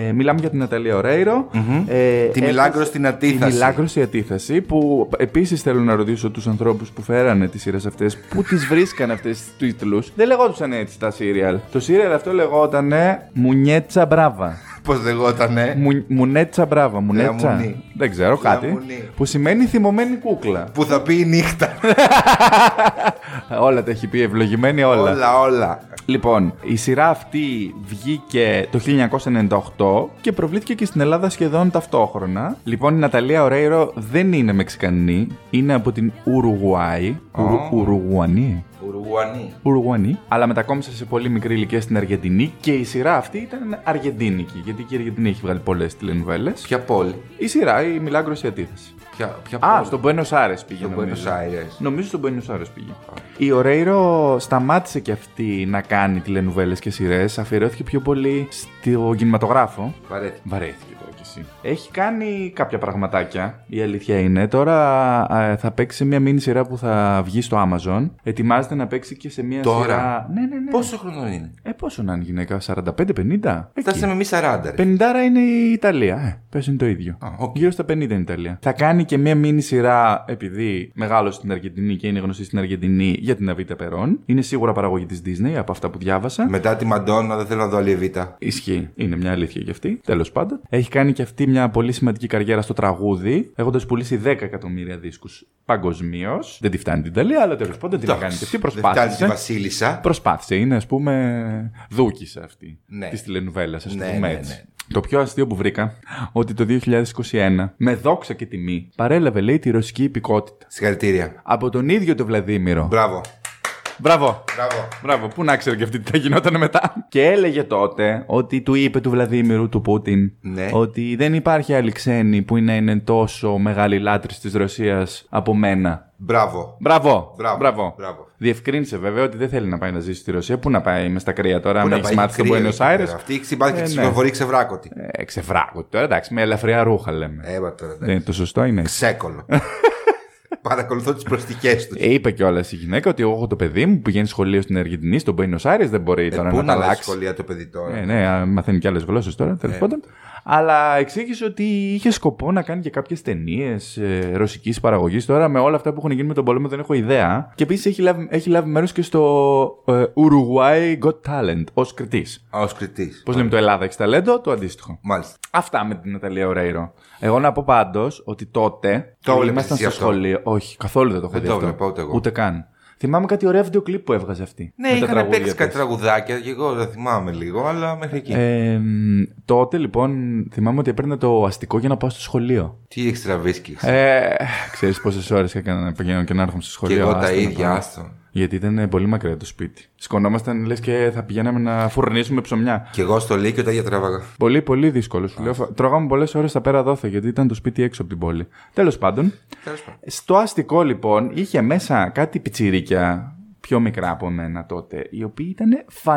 Ε, μιλάμε για την Αταλία Ορέιρο. Ε, Τη έχασε- Μιλάγκρο στην Τη αντίθεση. Μιλάγκρος η αντίθεση, που επίσης θέλω να ρωτήσω τους ανθρώπους που φέρανε τις σειρές αυτές, πού τις βρίσκανε αυτές τις τίτλους. Δεν λεγόντουσαν έτσι τα σύριαλ. Το σύριαλ αυτό λεγόταν Μουνιέτσα Μπράβα. Πώς λεγότανε. Μου- Μουνέτσα Μπράβα, Μουνέτσα. Λαμουνί. Δεν ξέρω κάτι. Λαμουνί. Που σημαίνει θυμωμένη κούκλα. Που θα πει η νύχτα. όλα τα έχει πει, ευλογημένη όλα. όλα, όλα. Λοιπόν, η σειρά αυτή βγήκε το 1998 και προβλήθηκε και στην Ελλάδα σχεδόν ταυτόχρονα. Λοιπόν, η Ναταλία Ορέιρο δεν είναι Μεξικανή, είναι από την Ουρουγουάη. Ουρου- Ουρουγουανή. Ουρουανή. Ουρουγουανή. Αλλά μετακόμισε σε πολύ μικρή ηλικία στην Αργεντινή και η σειρά αυτή ήταν αργεντίνικη. Γιατί και η Αργεντινή έχει βγάλει πολλές τηλενοβέλε. Ποια πόλη. Η σειρά, η Μιλάγκρο η αντίθεση. Ποια, ποια Α, πόλη. στον Buenos Aires πήγε. Στον νομίζω. Buenos Aires. Νομίζω στον Buenos Aires πήγε. Η Ορέιρο σταμάτησε και αυτή να κάνει τηλενουβέλες και σειρές. Αφιερώθηκε πιο πολύ στο κινηματογράφο. Βαρέθηκα. Βαρέθηκε τώρα κι εσύ. Έχει κάνει κάποια πραγματάκια, η αλήθεια είναι. Τώρα ε, θα παίξει σε μια μίνι σειρά που θα βγει στο Amazon. Ετοιμάζεται να παίξει και σε μια Τώρα? σειρά. Ναι, ναι, ναι. Πόσο χρόνο είναι. Ε, πόσο να είναι γυναίκα, 45-50. Φτάσαμε εμείς 40. ρε. 50 είναι η Ιταλία. Ε, πες είναι το ίδιο. Α, οκ. Γύρω στα 50 είναι η Ιταλία. Θα κάνει και μία μίνι σειρά, επειδή μεγάλωσε στην Αργεντινή και είναι γνωστή στην Αργεντινή για την Αβίτα Περών. Είναι σίγουρα παραγωγή της Disney από αυτά που διάβασα. Μετά τη Μαντόνα δεν θέλω να δω άλλη βήτα. Ισχύει. Είναι μια αλήθεια κι αυτή. Τέλος πάντων. Έχει κάνει και αυτή μια πολύ σημαντική καριέρα στο τραγούδι, έχοντας πουλήσει 10 εκατομμύρια δίσκους παγκοσμίως. Δεν τη φτάνει την Ιταλία, αλλά τέλος πάντων τι ε? να κάνει. και Αυτή Δεν φτάνει τη προσπάθησε. Βασίλισσα. Προσπάθησε. Είναι, ας πούμε, δούκη αυτή Ναι. της τηλενουβέλας, ας Ναι, πούμε ναι, έτσι. ναι. Το πιο αστείο που βρήκα, ότι το 2021, με δόξα και τιμή, παρέλαβε λέει τη ρωσική υπηκότητα. Συγχαρητήρια. Από τον ίδιο τον Βλαδίμηρο. Μπράβο. Μπράβο. Μπράβο. Μπράβο, πού να ξέρει και αυτή τι θα γινόταν μετά. Και έλεγε τότε ότι του είπε του Βλαδίμηρου του Πούτιν Ναι. ότι δεν υπάρχει άλλη ξένη που να είναι τόσο μεγάλη λάτρης της Ρωσίας από μένα. Μπράβο. Μπράβο. Μπράβο. Μπράβο. Μπράβο. Διευκρίνησε βέβαια ότι δεν θέλει να πάει να ζήσει στη Ρωσία. Πού να πάει με στα κρύα τώρα, αν Πού να έχεις πάει, μάθει στον κρύο Buenos εκεί πέρα. Aires. Αυτή η ξυμπάκι Ε, τη ναι. κυκλοφορεί ξεβράκωτη. Ε, ξεφράκω τώρα, εντάξει, με ελαφριά ρούχα λέμε. Έμα Δεν τώρα. ναι. Ε, εντάξει. είναι το σωστό είναι. Ξέκολο. Παρακολουθώ τις προστικέ τους. Ε, είπε κιόλας η γυναίκα ότι εγώ έχω το παιδί μου που πηγαίνει σχολείο στην Αργεντινή, στον Buenos Aires, δεν μπορεί τώρα Ε, Πού να τα να αλλάξει αλλάξει. σχολεία το παιδί τώρα. Ναι, ναι, α, μαθαίνει και άλλες γλώσσες τώρα, τέλος Ναι. πάντων. Αλλά εξήγησε ότι είχε σκοπό να κάνει και κάποιες ταινίες ε, ρωσικής παραγωγής. Τώρα με όλα αυτά που έχουν γίνει με τον πολέμο δεν έχω ιδέα. Και επίσης έχει λάβει, έχει λάβει μέρος και στο ε, Uruguay Got Talent ως κριτής. Α, Ως κριτής. Πώς λέμε το Ελλάδα έχεις ταλέντο, το αντίστοιχο. Μάλιστα. Αυτά με την Ναταλία Ωραίρο. Εγώ να πω πάντως ότι τότε. Το που βλέπεις ήμασταν εσύ στο αυτό? σχολείο. Όχι, καθόλου δεν το έχω Δεν δει. το αυτό. βλέπα ούτε εγώ. Ούτε καν. Θυμάμαι κάτι ωραίο βίντεο κλιπ που έβγαζε αυτή. Ναι, με τα είχαν τραγούδια παίξει κάτι της. τραγουδάκια και εγώ δεν θυμάμαι λίγο, αλλά μέχρι εκεί. Ε, μ, τότε λοιπόν θυμάμαι ότι έπαιρνα το αστικό για να πάω στο σχολείο. Τι έχεις τραβήσκεις. Ε, ξέρεις πόσες ώρες έκανα να πηγαίνω και να έρχομαι στο και σχολείο. εγώ τα άστο να ίδια, πάω. άστο. Γιατί ήταν πολύ μακριά το σπίτι. Σκονόμασταν λες και θα πηγαίναμε να φουρνίσουμε ψωμιά. Και εγώ στο Λύκειο τα ίδια τραβάγα. Πολύ, πολύ δύσκολο. Σου λέω, φα- τρώγαμε πολλές ώρες στα πέρα δόθε γιατί ήταν το σπίτι έξω από την πόλη. Τέλος πάντων, Τέλος πάντων. στο αστικό λοιπόν είχε μέσα κάτι πιτσιρίκια πιο μικρά από μένα τότε, οι οποίοι ήταν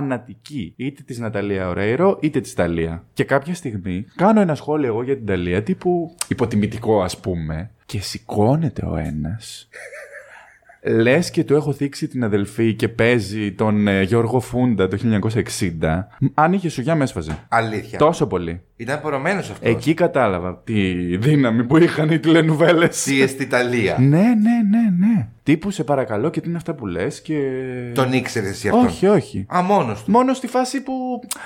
φανατικοί είτε της Ναταλία Ορέιρο είτε της Ταλία. Και κάποια στιγμή κάνω ένα σχόλιο εγώ για την Ταλία τύπου υποτιμητικό ας πούμε και σηκώνεται ο ένας Λες και του έχω θίξει την αδελφή και παίζει τον ε, Γιώργο Φούντα το 1960. Αν είχε σουγιά, με έσφαζε. Αλήθεια. Τόσο πολύ. Ήταν πορωμένος αυτός. Εκεί κατάλαβα τη δύναμη που είχαν οι τηλενουβέλες. Εσύ στην Ιταλία. Ναι, ναι, ναι, ναι. Τύπου σε παρακαλώ και τι είναι αυτά που λες και. Τον ήξερες εσύ αυτόν. Όχι, όχι. Α, μόνος του. Μόνος στη φάση που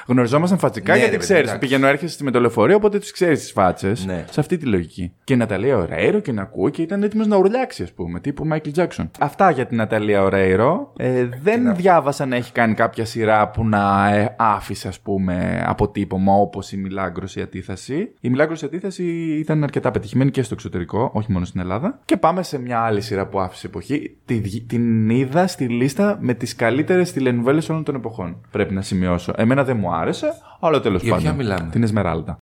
γνωριζόμασταν φατσικά Ναι, γιατί ρε παιδί, ξέρεις. εντάξει. Πηγαίνω, έρχεσαι με το λεωφορείο, οπότε του ξέρεις τις φάτσες. Ναι. Σε αυτή τη λογική. Και η Ναταλία Ωραίρο και να ακούω και ήταν έτοιμος να ουρλιάξει, ας πούμε. Τύπου Μάικλ Τζάξον. Αυτά για την Ναταλία Ωραίρο. Ε, δεν διάβασα να έχει κάνει κάποια σειρά που να ε, άφησε, ας πούμε, αποτύπωμα όπως η Μιλάγκρος η Αντίθαση. Η Μιλάγκρος η Αντίθαση ήταν αρκετά πετυχημένη και στο εξωτερικό, όχι μόνο στην Ελλάδα. Και πάμε σε μια άλλη σειρά που άφησε εποχή. Τη βγη- την είδα στη λίστα με τις καλύτερες τηλενουβέλες όλων των εποχών. Πρέπει να σημειώσω. Εμένα δεν μου άρεσε, αλλά τέλος Για πάντων. ποια μιλάμε? Την Εσμεράλτα.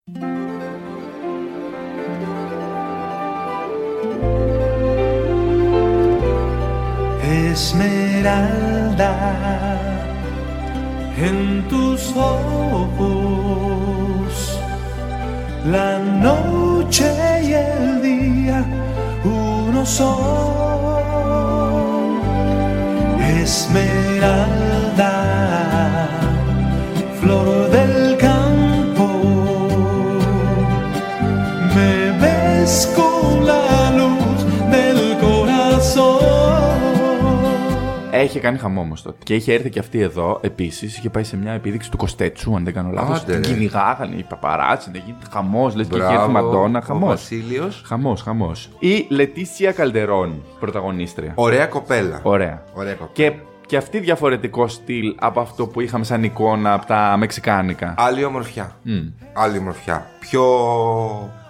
Esmeralda, en tus ojos, la noche y el día uno son. Esmeralda, flor del campo, me ves con la luz del corazón. Έχει κάνει χαμό όμως τότε. Και είχε έρθει και αυτή εδώ επίσης. Είχε πάει σε μια επίδειξη του Κοστέτσου, αν δεν κάνω λάθος. Άντε, Την ρε. κυνηγάγανε οι παπαράτσι, να γίνεται χαμός. Λες και είχε έρθει Μαντόνα, χαμός. Βασίλειος. Χαμός, χαμός. Η Λετήσια Καλτερών, πρωταγωνίστρια. Ωραία κοπέλα. Ωραία. Ωραία κοπέλα. Και, και αυτή διαφορετικό στυλ από αυτό που είχαμε σαν εικόνα από τα μεξικάνικα. Άλλη ομορφιά. Μμ. Άλλη ομορφιά. Πιο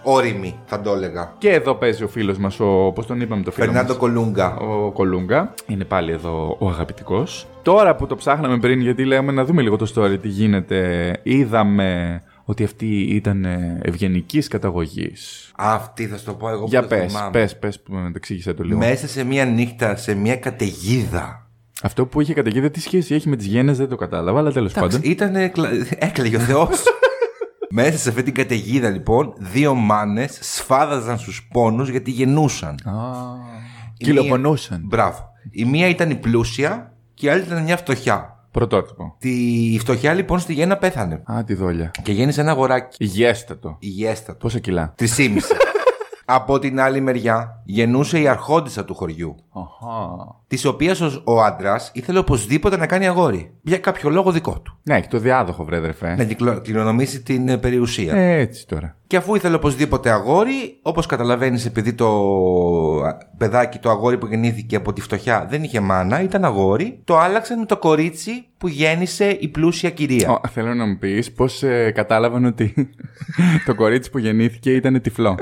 όρημη, θα το έλεγα. Και εδώ παίζει ο φίλος μας, ο. Πώς τον είπαμε το φίλο μας. Φερνάντο Κολούγκα. ο Κολούγκα. Είναι πάλι εδώ ο αγαπητικός. Τώρα που το ψάχναμε πριν, γιατί λέμε να δούμε λίγο το story, τι γίνεται, είδαμε ότι αυτή ήταν ε, ευγενικής καταγωγής. Αυτή θα σου το πω εγώ που Για το πες, θυμάμαι. πες, πες, που με εξήγησε το λίγο. Μέσα σε μία νύχτα, σε μία καταιγίδα. Αυτό που είχε καταγγείλει, τι σχέση έχει με τις γέννε, δεν το κατάλαβα, αλλά τέλος πάντων. Ήταν έκλαιγε ο Θεός. Μέσα σε αυτή την καταιγίδα, λοιπόν, δύο μάνες σφάδαζαν στους πόνους γιατί γεννούσαν. Η μία- Κυλοπονούσαν. Μπράβο. Η μία ήταν η πλούσια και η άλλη ήταν μια φτωχιά. Πρωτότυπο. Τη η φτωχιά, λοιπόν, στη γέννα πέθανε. Α, τη δόλια. Και γέννησε ένα αγοράκι. Υγιέστατο. Υγιέστατο. Πόσα κιλά. Τρισήμιση. Από την άλλη μεριά γεννούσε η αρχόντισσα του χωριού. Αχα. της οποίας ο άντρας ήθελε οπωσδήποτε να κάνει αγόρι. Για κάποιο λόγο δικό του. Ναι, και το διάδοχο, βρε, αδερφέ. Να κυκλο- κληρονομήσει την ε, περιουσία. Ε, έτσι τώρα. Και αφού ήθελε οπωσδήποτε αγόρι, όπως καταλαβαίνεις, επειδή το παιδάκι, το αγόρι που γεννήθηκε από τη φτωχιά δεν είχε μάνα, ήταν αγόρι, το άλλαξαν με το κορίτσι που γέννησε η πλούσια κυρία. Ω, θέλω να μου πεις πώς κατάλαβαν ότι το κορίτσι που γεννήθηκε ήταν τυφλό.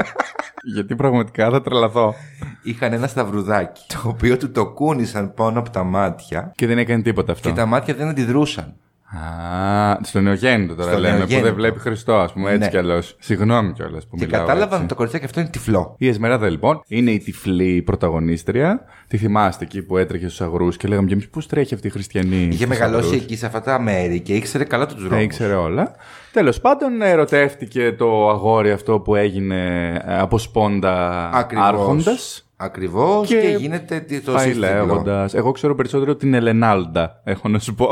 Γιατί πραγματικά θα τρελαθώ. Είχαν ένα σταυρουδάκι, το οποίο του το κούνησαν πάνω από τα μάτια Και δεν έκανε τίποτα αυτό. και τα μάτια δεν αντιδρούσαν. Α, στο νεογέννητο τώρα Στο λέμε, που νεογέννητο. δεν βλέπει Χριστό, ας πούμε, έτσι Ναι. κι αλλιώς. Συγγνώμη κιόλας που Και μιλάω. κατάλαβαν έτσι. ότι το κοριτσάκι αυτό είναι τυφλό. Η Εσμεράδα λοιπόν είναι η τυφλή πρωταγωνίστρια. Τη θυμάστε εκεί που έτρεχε στους αγρούς και λέγαμε κι εμεί πώς τρέχει αυτή η χριστιανή. Είχε στους μεγαλώσει αγρούς». εκεί σε αυτά τα μέρη και ήξερε καλά τους Τα δρόμου. Ε, ήξερε όλα. Τέλος πάντων, ερωτεύτηκε το αγόρι αυτό που έγινε ε, από σπόντα άρχοντας. Ακριβώς και, Και γίνεται τι- το Πάει σύστημα. λέγοντας. Εγώ ξέρω περισσότερο την Ελενάλντα, έχω να σου πω.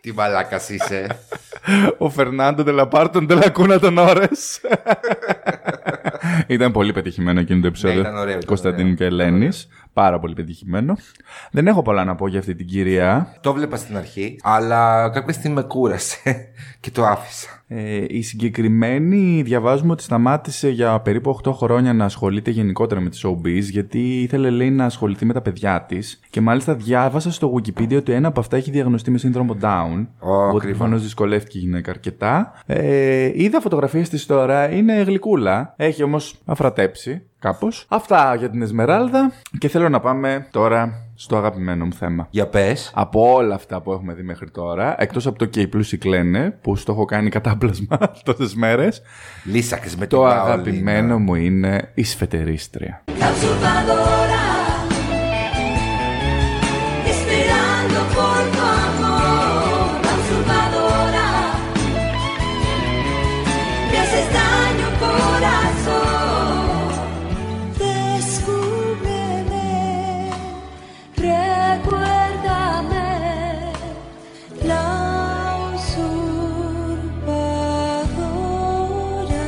Τι μαλάκας είσαι. Ο Φερνάντο Τελαπάρτον Τελακούνα των Ωρε. ήταν πολύ πετυχημένο εκείνο το επεισόδιο. Ναι, ήταν ωραίο, ήταν Κωνσταντίνου ωραίο. και Ελένη. Πάρα πολύ πετυχημένο. Δεν έχω πολλά να πω για αυτή την κυρία. Το βλέπα στην αρχή, αλλά κάποια στιγμή με κούρασε και το άφησα. Ε, η συγκεκριμένη διαβάζουμε ότι σταμάτησε για περίπου 8 χρόνια να ασχολείται γενικότερα με τις showbiz γιατί ήθελε λέει να ασχοληθεί με τα παιδιά της και μάλιστα διάβασα στο Wikipedia ότι ένα από αυτά έχει διαγνωστεί με σύνδρομο Down Ω, οπότε κρίμα. προφανώς δυσκολεύτηκε η γυναίκα αρκετά ε, είδα φωτογραφίες της τώρα είναι γλυκούλα έχει όμως αφρατέψει κάπως αυτά για την Εσμεράλδα και θέλω να πάμε τώρα στο αγαπημένο μου θέμα Για πες. από όλα αυτά που έχουμε δει μέχρι τώρα, εκτός από το και οι πλούσιοι κλαίνε, που στο έχω κάνει κατάπλασμα τόσες μέρες, Λύσακε με το την Παολίνα. αγαπημένο μου είναι η σφετερίστρια. Cautivadora, esperando por tu amor. Cautivadora, me haces daño, corazón. Descúbreme, recuérdame la usurpadora.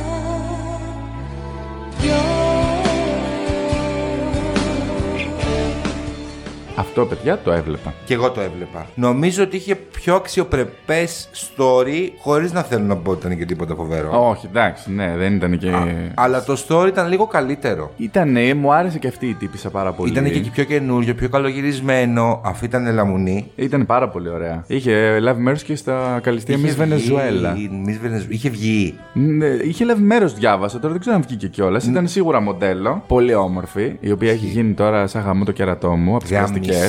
Αυτό, παιδιά, το έβλεπα. Και εγώ το έβλεπα. Νομίζω ότι είχε πιο αξιοπρεπές story, χωρίς να θέλω να πω ότι ήταν και τίποτα φοβερό. Όχι, εντάξει, ναι, δεν ήταν και... Αλλά το story ήταν λίγο καλύτερο. Ήτανε, μου άρεσε και αυτή η τύπησα πάρα πολύ. Ήταν και εκεί πιο καινούριο, πιο καλογυρισμένο. Αυτή ήταν λαμουνή. Ήταν πάρα πολύ ωραία. Είχε λάβει μέρος και στα καλλιστήρια Miss Βενεζουέλα. Μη Βενεζουέλα. Είχε βγει. Ναι, είχε λάβει μέρος, διάβασα τώρα, δεν ξέρω αν βγήκε κιόλας. Ήταν σίγουρα μοντέλο. Πολύ όμορφη, η οποία έχει γίνει τώρα σαν χαμό το κερατό μου από τις Γάμισε πλαστικές. τα.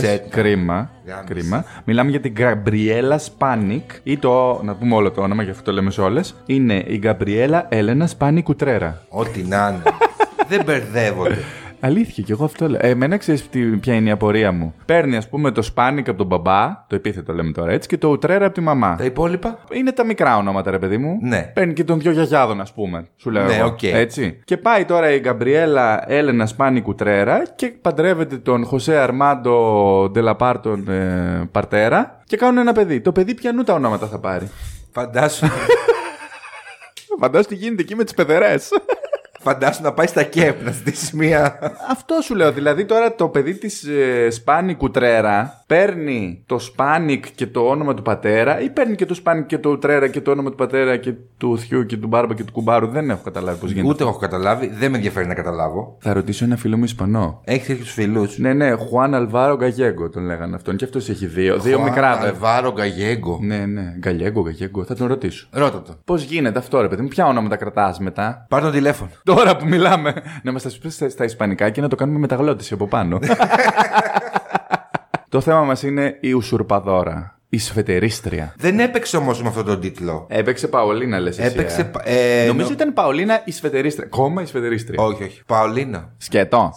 Κρίμα. Γάμισε. Κρίμα. Μιλάμε για την Γκαμπριέλα Σπάνικ ή το. Να πούμε όλο το όνομα, γι' αυτό το λέμε σε όλες. Είναι η Γκαμπριέλα Έλενα Σπάνικ Κουτρέρα. Ό,τι να είναι. Δεν μπερδεύονται. Αλήθεια, και εγώ αυτό λέω. Ε, Εμένα ξέρεις ποια είναι η απορία μου. Παίρνει, ας πούμε, το Σπάνικ από τον μπαμπά, το επίθετο λέμε τώρα έτσι, και το Ουτρέρα από τη μαμά. Τα υπόλοιπα. Είναι τα μικρά ονόματα, ρε παιδί μου. Ναι. Παίρνει και των δυο γιαγιάδων, ας πούμε. Σου λέω. Ναι, εγώ. οκ. Έτσι. Και πάει τώρα η Γκαμπριέλα Έλενα Σπάνι Κουτρέρα και παντρεύεται τον Χωσέ Αρμάντο Ντελαπάρτον ε, Παρτέρα και κάνουν ένα παιδί. Το παιδί πιανού τα ονόματα θα πάρει. Φαντάσου, Φαντάζομαι τι γίνεται εκεί με τις πεδερέ. φαντάσου να πάει στα κέπ να στήσει μία. Αυτό σου λέω. Δηλαδή τώρα το παιδί της ε, Σπάνι Κουτρέρα παίρνει το Σπάνικ και το όνομα του πατέρα ή παίρνει και το Σπάνικ και το Ουτρέρα και το όνομα του πατέρα και του Θιού και του Μπάρμπα και του Κουμπάρου. Δεν έχω καταλάβει πώς γίνεται. Ούτε έχω καταλάβει, δεν με ενδιαφέρει να καταλάβω. Θα ρωτήσω ένα φίλο μου Ισπανό. Έχεις του φίλους. Ναι, ναι, Χουάν Αλβάρο Γκαγέγκο τον λέγανε αυτόν. Και αυτός έχει δύο. Δύο μικρά βέβαια. Αλβάρο Γκαγέγκο. Ναι, ναι, Γκαγέγκο, Γκαγέγκο. Θα τον ρωτήσω. Ρώτα το. Πώς γίνεται αυτό, ρε παιδί μου, ποια όνομα τα κρατάς μετά. Πάρ' το τηλέφωνο. Τώρα που μιλάμε, να μα τα πει στα, στα Ισπανικά και να το κάνουμε μεταγλώτηση από πάνω. το θέμα μας είναι η ουσουρπαδόρα. Η σφετερίστρια. Δεν έπαιξε όμως με αυτόν τον τίτλο. Έπαιξε Παολίνα, λες. Έπαιξε. πα- ε, Νομίζω νο- ήταν Παολίνα η σφετερίστρια. Κόμμα η σφετερίστρια. Όχι, όχι. Παολίνα. Σκέτο.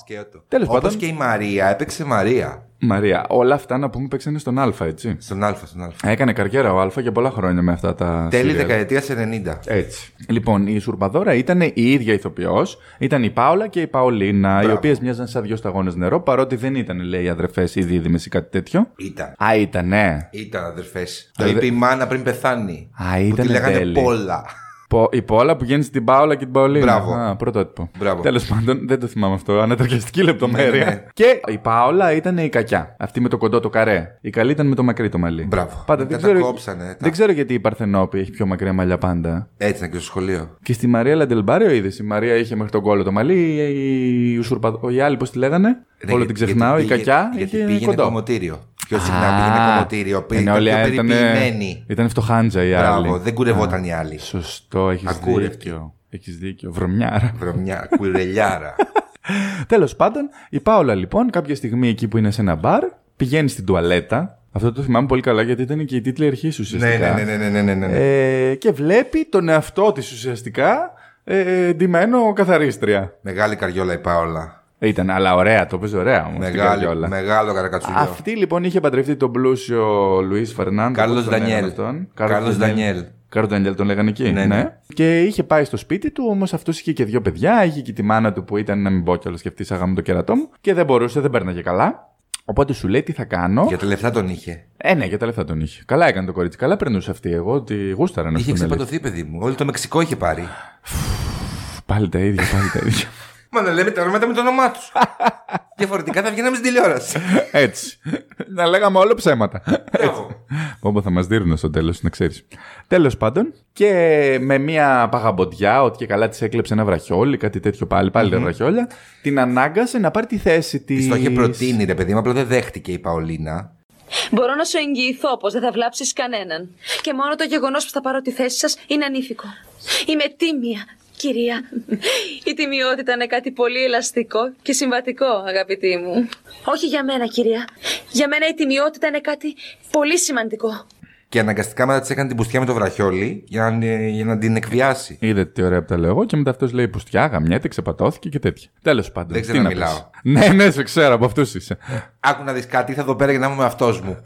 Τέλος Όπως πάντων. και η Μαρία, έπαιξε Μαρία. Μαρία, όλα αυτά να πούμε παίξανε στον Α, έτσι. Στον Α, στον Α. Έκανε καριέρα ο Α για πολλά χρόνια με αυτά τα. Τέλη serial. δεκαετίας 90. Έτσι. Λοιπόν, η Σουρπαδόρα ήταν η ίδια ηθοποιός. Ήταν η Πάολα και η Παολίνα, οι οποίες μοιάζαν σαν δύο σταγόνες νερό, παρότι δεν ήταν, λέει, αδερφές ή δίδυμες ή κάτι τέτοιο. Ήταν. Α, ήτανε. Ήταν αδερφές. Το Αδε- είπε η μάνα πριν πεθάνει. Α, ήταν Που τη λέγανε τέλει. Πόλα. Πο- Η Πόλα που γίνει στην Πάολα και την Παολίνα. Μπράβο. Α, πρωτότυπο. Μπράβο. Τέλος πάντων, δεν το θυμάμαι αυτό. Ανατριχιαστική λεπτομέρεια. Ναι, ναι, ναι. Και η Πάολα ήταν η κακιά. Αυτή με το κοντό το καρέ. Η καλή ήταν με το μακρύ το μαλλί. Μπράβο. Πάντα δεν Μετά τα ξέρω, κόψανε, τα- δεν ξέρω γιατί η Παρθενόπη έχει πιο μακριά μαλλιά πάντα. Έτσι ήταν και στο σχολείο. Και στη Μαρία Λαντελμπάριο είδες. Η Μαρία είχε μέχρι τον κόλο το μαλλί. Η, η, ουσουρπα... η άλλη, πώ τη λέγανε. Ναι, Όλο γιατί- την ξεχνάω. Η γιατί πήγε- κακιά Γιατί είχε πήγαινε κοντό. κομμωτήριο. Πιο συχνά Α, πήγαινε κομμωτήριο. Πήγαινε είναι πιο όλοι- ήτανε- περιποιημένη. Ήταν φτωχάντζα η άλλη. Μπράβο, δεν κουρευόταν οι άλλοι. Σωστό, έχεις Ακούρευτη. δίκιο. Έχεις δίκιο. Βρωμιάρα. Βρωμιά, κουρελιάρα. Τέλος πάντων, η Πάολα λοιπόν, κάποια στιγμή εκεί που είναι σε ένα μπαρ, πηγαίνει στην τουαλέτα. Αυτό το θυμάμαι πολύ καλά γιατί ήταν και η τίτλη αρχής ναι, ουσιαστικά. ναι, ναι, ναι, ναι, ναι, ναι. Ε, και βλέπει τον εαυτό της ουσιαστικά ε, ντυμένο καθαρίστρια. Μεγάλη καριόλα η Πάολα. Ε, Ήταν, αλλά ωραία, το παίζει ωραία όμως. Μεγάλη, μεγάλο καρακατσουλιό. Αυτή λοιπόν είχε παντρευτεί τον πλούσιο Λουίς Φερνάντο. Κάρλος Ντανιέλ. Κάρλος Κάρλος Ντανιέλ. Ντανιέλ. Κάρλος Ντανιέλ τον λέγανε εκεί. Ναι, ναι. Και είχε πάει στο σπίτι του, όμως αυτός είχε και δύο παιδιά. Είχε και τη μάνα του που ήταν να μην πω κιόλας και αυτή σάγαμε το κερατό μου. Και δεν μπορούσε, δεν παίρναγε καλά. Οπότε σου λέει τι θα κάνω. Για τα λεφτά τον είχε. Ε, ναι, για τα λεφτά τον είχε. Καλά έκανε το κορίτσι. Καλά περνούσε αυτή. Εγώ τη γούσταρα να Είχε σου την αλήθεια. ξεπατωθεί, παιδί μου. Όλο το Μεξικό είχε πάρει. Πάλι τα ίδια, πάλι τα ίδια. Μα να λέμε τα ονόματα με το όνομά τους. Διαφορετικά θα βγαίναμε στην τηλεόραση. Έτσι. να λέγαμε όλο ψέματα. Μπράβο. Όπου θα μας δίνουν στο τέλος, να ξέρεις. Τέλος πάντων, και με μια παγαμποντιά, ότι και καλά της έκλεψε ένα βραχιόλι, κάτι τέτοιο πάλι, πάλι τα βραχιόλια, την ανάγκασε να πάρει τη θέση της. Τη το είχε προτείνει, ρε παιδί μου, απλά δεν δέχτηκε η Παολίνα. Μπορώ να σου εγγυηθώ πως δεν θα βλάψεις κανέναν. Και μόνο το γεγονός που θα πάρω τη θέση σας είναι ανήθικο. Είμαι τίμια, κυρία. Η τιμιότητα είναι κάτι πολύ ελαστικό και συμβατικό, αγαπητή μου. Όχι για μένα, κυρία. Για μένα η τιμιότητα είναι κάτι πολύ σημαντικό. Και αναγκαστικά μετά της έκανε την πουστιά με το βραχιόλι για να, για να την εκβιάσει. Είδατε τι ωραία που τα λέω εγώ και μετά αυτός λέει Πουστιά, γαμιέται, ξεπατώθηκε και τέτοια. Τέλος πάντων. Δεν ξέρω τι να πεις. μιλάω. Ναι, ναι, σε ξέρω, από αυτούς είσαι. Άκου να δεις κάτι, ήρθα εδώ πέρα για να είμαι με αυτός μου.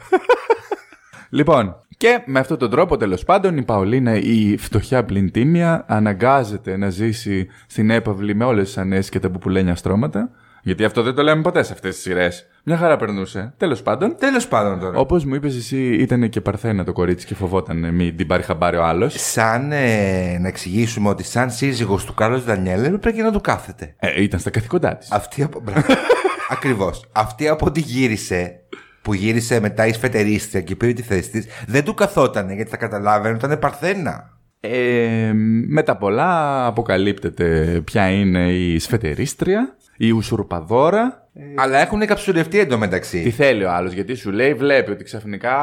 Λοιπόν, και με αυτόν τον τρόπο τέλος πάντων η Παολίνα, η φτωχιά πλην τίμια, αναγκάζεται να ζήσει στην έπαυλη με όλες τις ανέσεις και τα πουπουλένια στρώματα. Γιατί αυτό δεν το λέμε ποτέ σε αυτές τις σειρές. Μια χαρά περνούσε. Τέλος πάντων. Τέλος πάντων τώρα. Όπως μου είπες, εσύ ήταν και παρθένα το κορίτσι και φοβόταν μην την πάρει χαμπάρι ο άλλος. Σαν ε, να εξηγήσουμε ότι σαν σύζυγος του Κάρλος Δανιέλ έπρεπε και να του κάθεται. Ε, ήταν στα καθήκοντά της. Αυτή από. Ακριβώς. Αυτή από ό,τι γύρισε, που γύρισε μετά η σφετερίστρια και πήρε τη θέση της, δεν του καθότανε γιατί θα καταλάβαινε ότι ήταν παρθένα. Ε, με τα πολλά αποκαλύπτεται ποια είναι η σφετερίστρια, η ουσουρπαδόρα, Αλλά έχουν καψουρευτεί εντωμεταξύ. Τι θέλει ο άλλος, γιατί σου λέει, βλέπει ότι ξαφνικά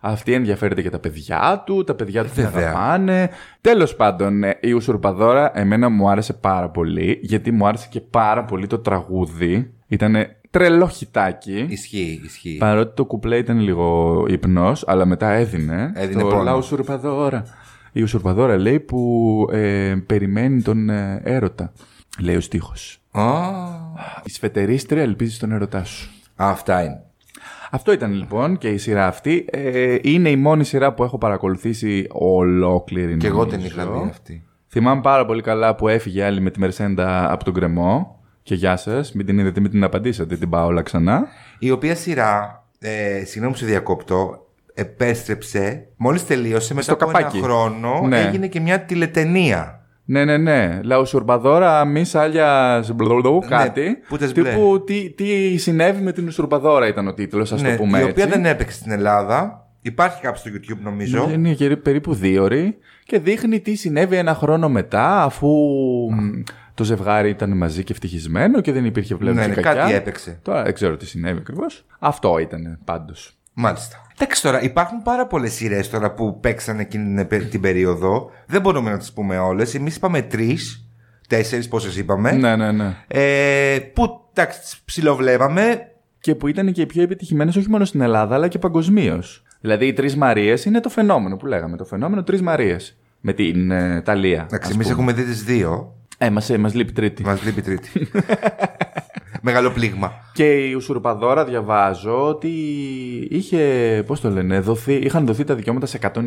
αυτή ενδιαφέρεται για τα παιδιά του, τα παιδιά του την Βέβαια. αγαπάνε. Τέλος πάντων, ε, η Ουσουρπαδόρα εμένα μου άρεσε πάρα πολύ, γιατί μου άρεσε και πάρα πολύ το τραγούδι. Ήτανε τρελό χιτάκι. Ισχύει, ισχύει. Παρότι το κουπλέ ήταν λίγο ύπνο, αλλά μετά έδινε. Έδινε το πόνο. «Λα Ουσουρπαδόρα. Η Ουσουρπαδόρα λέει που ε, περιμένει τον ε, έρωτα. Λέει ο στίχος. Α, Η σφετερίστρια ελπίζει τον έρωτά σου. αυτά είναι. Αυτό ήταν λοιπόν και η σειρά αυτή. Ε, είναι η μόνη σειρά που έχω παρακολουθήσει ολόκληρη. Και εγώ την νομίζω. είχα δει αυτή. Θυμάμαι πάρα πολύ καλά που έφυγε άλλη με τη Μερσέντα από τον κρεμό. Και γεια σας, μην την είδατε, μην την απαντήσατε, την πάω όλα ξανά. Η οποία σειρά, ε, συγγνώμη που σε διακόπτω, επέστρεψε, μόλις τελείωσε, μετά Στο από καπάκι. ένα χρόνο Ναι. έγινε και μια τηλετενία. Ναι, ναι, ναι. Λαουσουρπαδόρα, μη σάλια σμπλουλου, κάτι. πούτες Ναι, μπλε. τύπου, τι, τι συνέβη με την Ουσουρπαδόρα ήταν ο τίτλος, ας ναι, το πούμε η έτσι. Ναι, οποία δεν έπαιξε στην Ελλάδα. Υπάρχει κάποιο στο YouTube νομίζω. Είναι γύρω- Ε, περίπου δύο ώρες και δείχνει τι συνέβη ένα χρόνο μετά αφού μ, το ζευγάρι ήταν μαζί και ευτυχισμένο και δεν υπήρχε βλέμμα Ναι, ναι, και κακιά. κάτι έπαιξε. Τώρα δεν ξέρω τι συνέβη ακριβώς. Αυτό ήταν πάντως. Μάλιστα. Εντάξει τώρα, υπάρχουν πάρα πολλές σειρές τώρα που παίξαν εκείνη την επε- την περίοδο. Δεν μπορούμε να τις πούμε όλες. Εμείς είπαμε τρεις, τέσσερις, πόσες είπαμε. Ναι, ναι, ναι. Ε, που εντάξει, τις ψιλοβλέπαμε. Και που ήταν και οι πιο επιτυχημένες όχι μόνο στην Ελλάδα αλλά και παγκοσμίως. Δηλαδή οι Τρεις Μαρίες είναι το φαινόμενο που λέγαμε. Το φαινόμενο Τρεις Μαρίες. Με την ε, Ταλία. Εντάξει, ας εμείς πούμε. έχουμε δει τις δύο. Ε, μας, ε, μας λείπει τρίτη. Μας λείπει η τρίτη. Μεγάλο πλήγμα. Και η Ουσουρπαδόρα διαβάζω ότι είχε, πώς το λένε, δοθεί, είχαν δοθεί τα δικαιώματα σε 125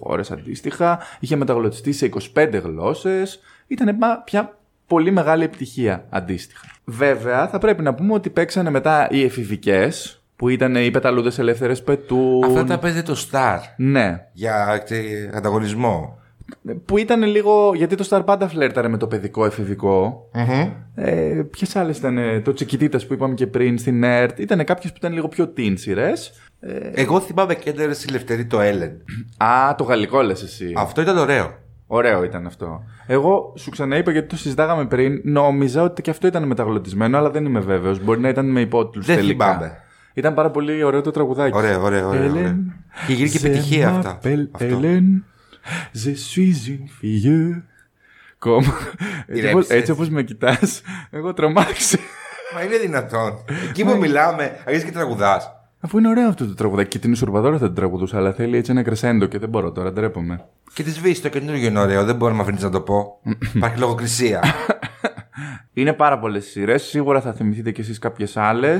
χώρες αντίστοιχα, είχε μεταγλωτιστεί σε 25 γλώσσες, ήταν πια πολύ μεγάλη επιτυχία αντίστοιχα. Βέβαια θα πρέπει να πούμε ότι παίξανε μετά οι εφηβικές, που ήταν οι πεταλούδες ελεύθερες πετούν. Αυτά τα παίζει το Star Ναι. για ε, ανταγωνισμό. που ήταν λίγο. Γιατί το Star πάντα φλέρταρε με το παιδικό εφηβικό. Ε, Ποιες άλλες ήταν, ε, το Τσικιτίτα που είπαμε και πριν στην ΕΡΤ, ήταν κάποιες που ήταν λίγο πιο teen σειρές. Εγώ θυμάμαι και ένα συλλευτερή το Έλεν. Α, το γαλλικό λες εσύ. Αυτό ήταν ωραίο. Ωραίο ήταν αυτό. Εγώ σου ξαναείπα γιατί το συζητάγαμε πριν, νόμιζα ότι και αυτό ήταν μεταγλωτισμένο, αλλά δεν είμαι βέβαιος. Μπορεί να ήταν με υπότιτλους Δεν τελικά. θυμάμαι. Ήταν πάρα πολύ ωραίο το τραγουδάκι. Ωραίο, ωραίο, ωραίο, Hélène, ωραίο. Και γύρει και je επιτυχία αυτά. m'appelle Αυτό. Hélène, je suis une fille. Comme- Έτσι όπως- Ηρέμησε. Έτσι όπως με κοιτάς, εγώ τρομάξα. Μα είναι δυνατόν. Εκεί που μιλάμε, αρχίζεις και τραγουδάς. Αφού είναι ωραίο αυτό το τραγουδάκι και την Ισουρπαδόρα θα την τραγουδούσα, αλλά θέλει έτσι ένα κρεσέντο και δεν μπορώ τώρα, ντρέπομαι. Και τη βύση το καινούργιο είναι ωραίο, δεν μπορώ να αφήνεις να το πω. Υπάρχει λογοκρισία. Είναι πάρα πολλές σειρές. Σίγουρα θα θυμηθείτε κι εσείς κάποιες άλλες.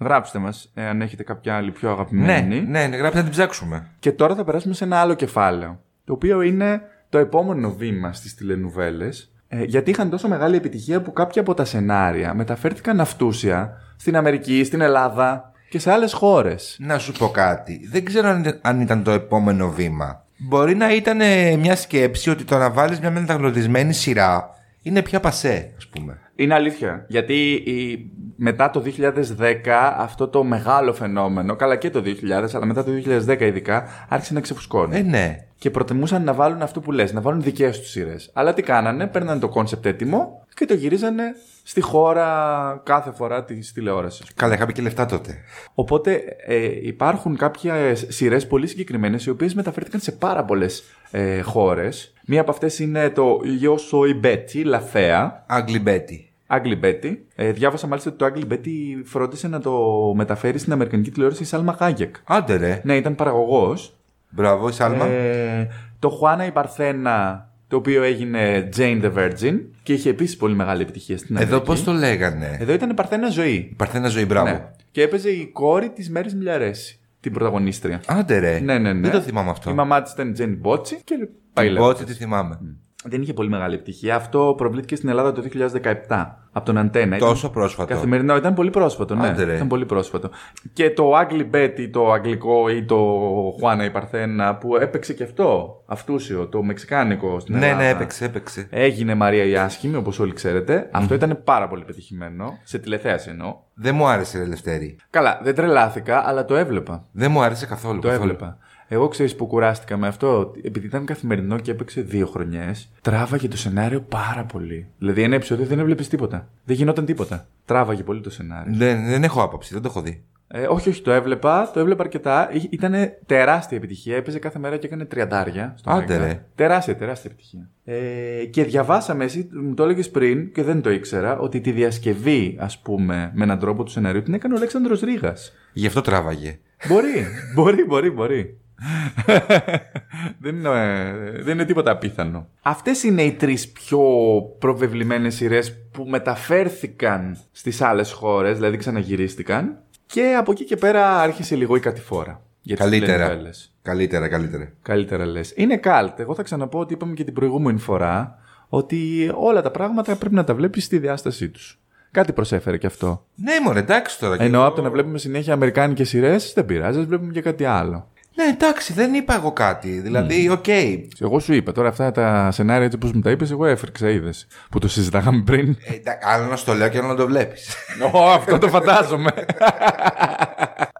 Γράψτε μας ε, αν έχετε κάποια άλλη πιο ναι, αγαπημένη. ναι, ναι, γράψτε να την ψάξουμε. Και τώρα θα περάσουμε σε ένα άλλο κεφάλαιο. Το οποίο είναι το επόμενο βήμα στις τηλενουβέλες. Ε, γιατί είχαν τόσο μεγάλη επιτυχία που κάποια από τα σενάρια μεταφέρθηκαν αυτούσια στην Αμερική, στην Ελλάδα και σε άλλες χώρες. Να σου πω κάτι. Δεν ξέρω αν ήταν- αν ήταν το επόμενο βήμα. Μπορεί να ήταν ε, μια σκέψη ότι το να βάλεις μια μεταγλωτισμένη σειρά είναι πια πασέ, ας πούμε. Είναι αλήθεια. Γιατί η- μετά το 2010 αυτό το μεγάλο φαινόμενο, καλά και το 2000, αλλά μετά το 2010 ειδικά, άρχισε να ξεφουσκώνει. Ε, ναι. Και προτιμούσαν να βάλουν αυτό που λες, να βάλουν δικές τους σειρές. Αλλά τι κάνανε, παίρνανε το κόνσεπτ έτοιμο και το γυρίζανε στη χώρα κάθε φορά της τηλεόρασης. Καλά, είχαμε και λεφτά τότε. Οπότε ε, υπάρχουν κάποιες σειρές πολύ συγκεκριμένες, οι οποίες μεταφέρθηκαν σε πάρα πολλές ε, χώρες. Μία από αυτές είναι το Yo Soy Betty, La Fea, Ugly Betty. Ugly Betty. Ε, διάβασα μάλιστα ότι το Ugly Betty φρόντισε να το μεταφέρει στην Αμερικανική τηλεόραση η Σάλμα Χάγεκ. Άντε ρε. Ναι, ήταν παραγωγός Μπράβο, η Σάλμα. ε, το Χουάνα η Παρθένα, το οποίο έγινε Jane the Virgin και είχε επίσης πολύ μεγάλη επιτυχία στην Αμερική. Εδώ πώς το λέγανε. Εδώ ήταν η Παρθένα Ζωή. Παρθένα ζωή, μπράβο. Ε, Ναι. Και έπαιζε η κόρη της Μέρης Μιλιαρέση, την πρωταγωνίστρια. Άντε ρε. ναι, ναι, ναι. Δεν το θυμάμαι αυτό. Η μαμά της ήταν η Τζένι Μπότσι και πάει Την λέγοντας. Πότση τη θυμάμαι. Δεν είχε πολύ μεγάλη επιτυχία. Αυτό προβλήθηκε στην Ελλάδα το 2017 από τον Αντένα. Τόσο πρόσφατο. Καθημερινό, ήταν πολύ πρόσφατο. Ναι, Άντε ρε. ήταν πολύ πρόσφατο. Και το Ugly Betty, το αγγλικό ή το Juana η Παρθένα που έπαιξε και αυτό, αυτούσιο, το μεξικάνικο στην Ναι, Ελλάδα. ναι, έπαιξε, έπαιξε. Έγινε Μαρία η Άσχημη, όπως όλοι ξέρετε. Αυτό ήταν πάρα πολύ πετυχημένο. Σε τηλεθέαση εννοώ. Δεν μου άρεσε, ρε Λευτέρη. Καλά, δεν τρελάθηκα, αλλά το έβλεπα. Δεν μου άρεσε καθόλου. Το καθόλου. έβλεπα. Εγώ ξέρεις που κουράστηκα με αυτό. Επειδή ήταν καθημερινό και έπαιξε δύο χρονιές, τράβαγε το σενάριο πάρα πολύ. Δηλαδή, ένα επεισόδιο δεν έβλεπες τίποτα. Δεν γινόταν τίποτα. Τράβαγε πολύ το σενάριο. Δεν, δεν έχω άποψη, δεν το έχω δει. Ε, όχι, όχι, το έβλεπα, το έβλεπα αρκετά. Ήταν τεράστια επιτυχία. Έπαιζε κάθε μέρα και έκανε τριαντάρια. στο Άντε, Μέγκα. ρε. Τεράστια, τεράστια επιτυχία. Ε, και διαβάσαμε, εσύ μου το έλεγες πριν και δεν το ήξερα, ότι τη διασκευή, ας πούμε, με έναν τρόπο του σενάριου την έκανε ο Αλέξανδρος Ρήγας. Γι' αυτό τράβαγε. Μπορεί, μπορεί, μπορεί, μπορεί. δεν, είναι, ε, δεν είναι τίποτα απίθανο. Αυτές είναι οι τρεις πιο προβεβλημένες σειρές που μεταφέρθηκαν στις άλλες χώρες, δηλαδή ξαναγυρίστηκαν. Και από εκεί και πέρα άρχισε λίγο η κατηφόρα. Για τις Καλύτερα. τηλενοβέλες. Καλύτερα, καλύτερα. Καλύτερα λες. Είναι cult. Εγώ θα ξαναπώ ότι είπαμε και την προηγούμενη φορά ότι όλα τα πράγματα πρέπει να τα βλέπεις στη διάστασή τους. Κάτι προσέφερε και αυτό. Ναι, μωρέ, εντάξει τώρα. και Εννοώ εγώ- από το να βλέπουμε συνέχεια Αμερικάνικες σειρές, δεν πειράζει, ας βλέπουμε και κάτι άλλο. Ναι, εντάξει, δεν είπα εγώ κάτι. Ναι. Δηλαδή, οκ. Εγώ σου είπα τώρα αυτά τα σενάρια έτσι όπως μου τα είπες εγώ έφρυξα, είδες. Που το συζητάγαμε πριν. Ε, εντά- άλλο να στο λέω και άλλο να το βλέπεις. Ω, αυτό το φαντάζομαι.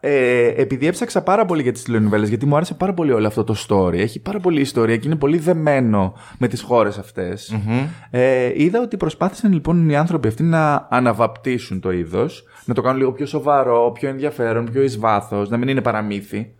ε, επειδή έψαξα πάρα πολύ για τις τηλενοβέλες, γιατί μου άρεσε πάρα πολύ όλο αυτό το story. Έχει πάρα πολύ ιστορία και είναι πολύ δεμένο με τις χώρες αυτές. Ε, είδα ότι προσπάθησαν λοιπόν οι άνθρωποι αυτοί να αναβαπτίσουν το είδος, να το κάνουν λίγο πιο σοβαρό, πιο ενδιαφέρον, πιο εις βάθος, να μην είναι παραμύθι.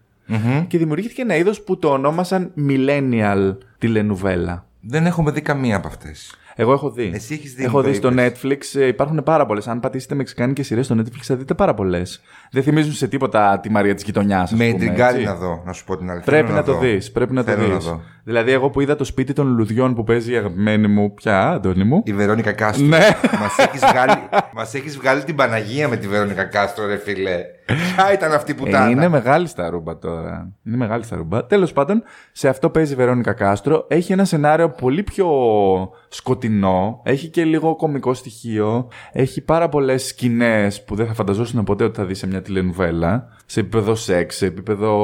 Και δημιουργήθηκε ένα είδος που το ονόμασαν millennial τηλενουβέλα. δεν έχουμε δει καμία από αυτές. Εγώ έχω δει. Εσύ έχεις δει, Έχω μου το δει στο είπες. Netflix. ε, Υπάρχουν πάρα πολλές. Αν πατήσετε μεξικάνικες σειρές στο Netflix θα δείτε πάρα πολλές. Δεν θυμίζουν σε τίποτα τη Μαρία της γειτονιάς. Με εντριγκάρει να δω, να σου πω την αλήθεια. Πρέπει Θέλω να, το δω. δεις. Πρέπει να το Θέλω δεις. δω. Δηλαδή, εγώ που είδα το σπίτι των λουδιών που παίζει η αγαπημένη μου. Πια, Αντώνη μου. Η Βερόνικα Κάστρο. Ναι. Μας έχεις βγάλει, μας έχεις βγάλει την Παναγία με τη Βερόνικα Κάστρο, ρε φίλε. Ποια ήταν αυτή που Ε, ήταν. είναι μεγάλη στα ρούμπα τώρα. Είναι μεγάλη στα ρούμπα. Τέλος πάντων, σε αυτό παίζει η Βερόνικα Κάστρο. Έχει ένα σενάριο πολύ πιο σκοτεινό. Έχει και λίγο κωμικό στοιχείο. Έχει πάρα πολλές σκηνές που δεν θα φανταζόσουν ποτέ ότι θα δεις σε μια τηλενουβέλα. Σε επίπεδο σεξ, σε επίπεδο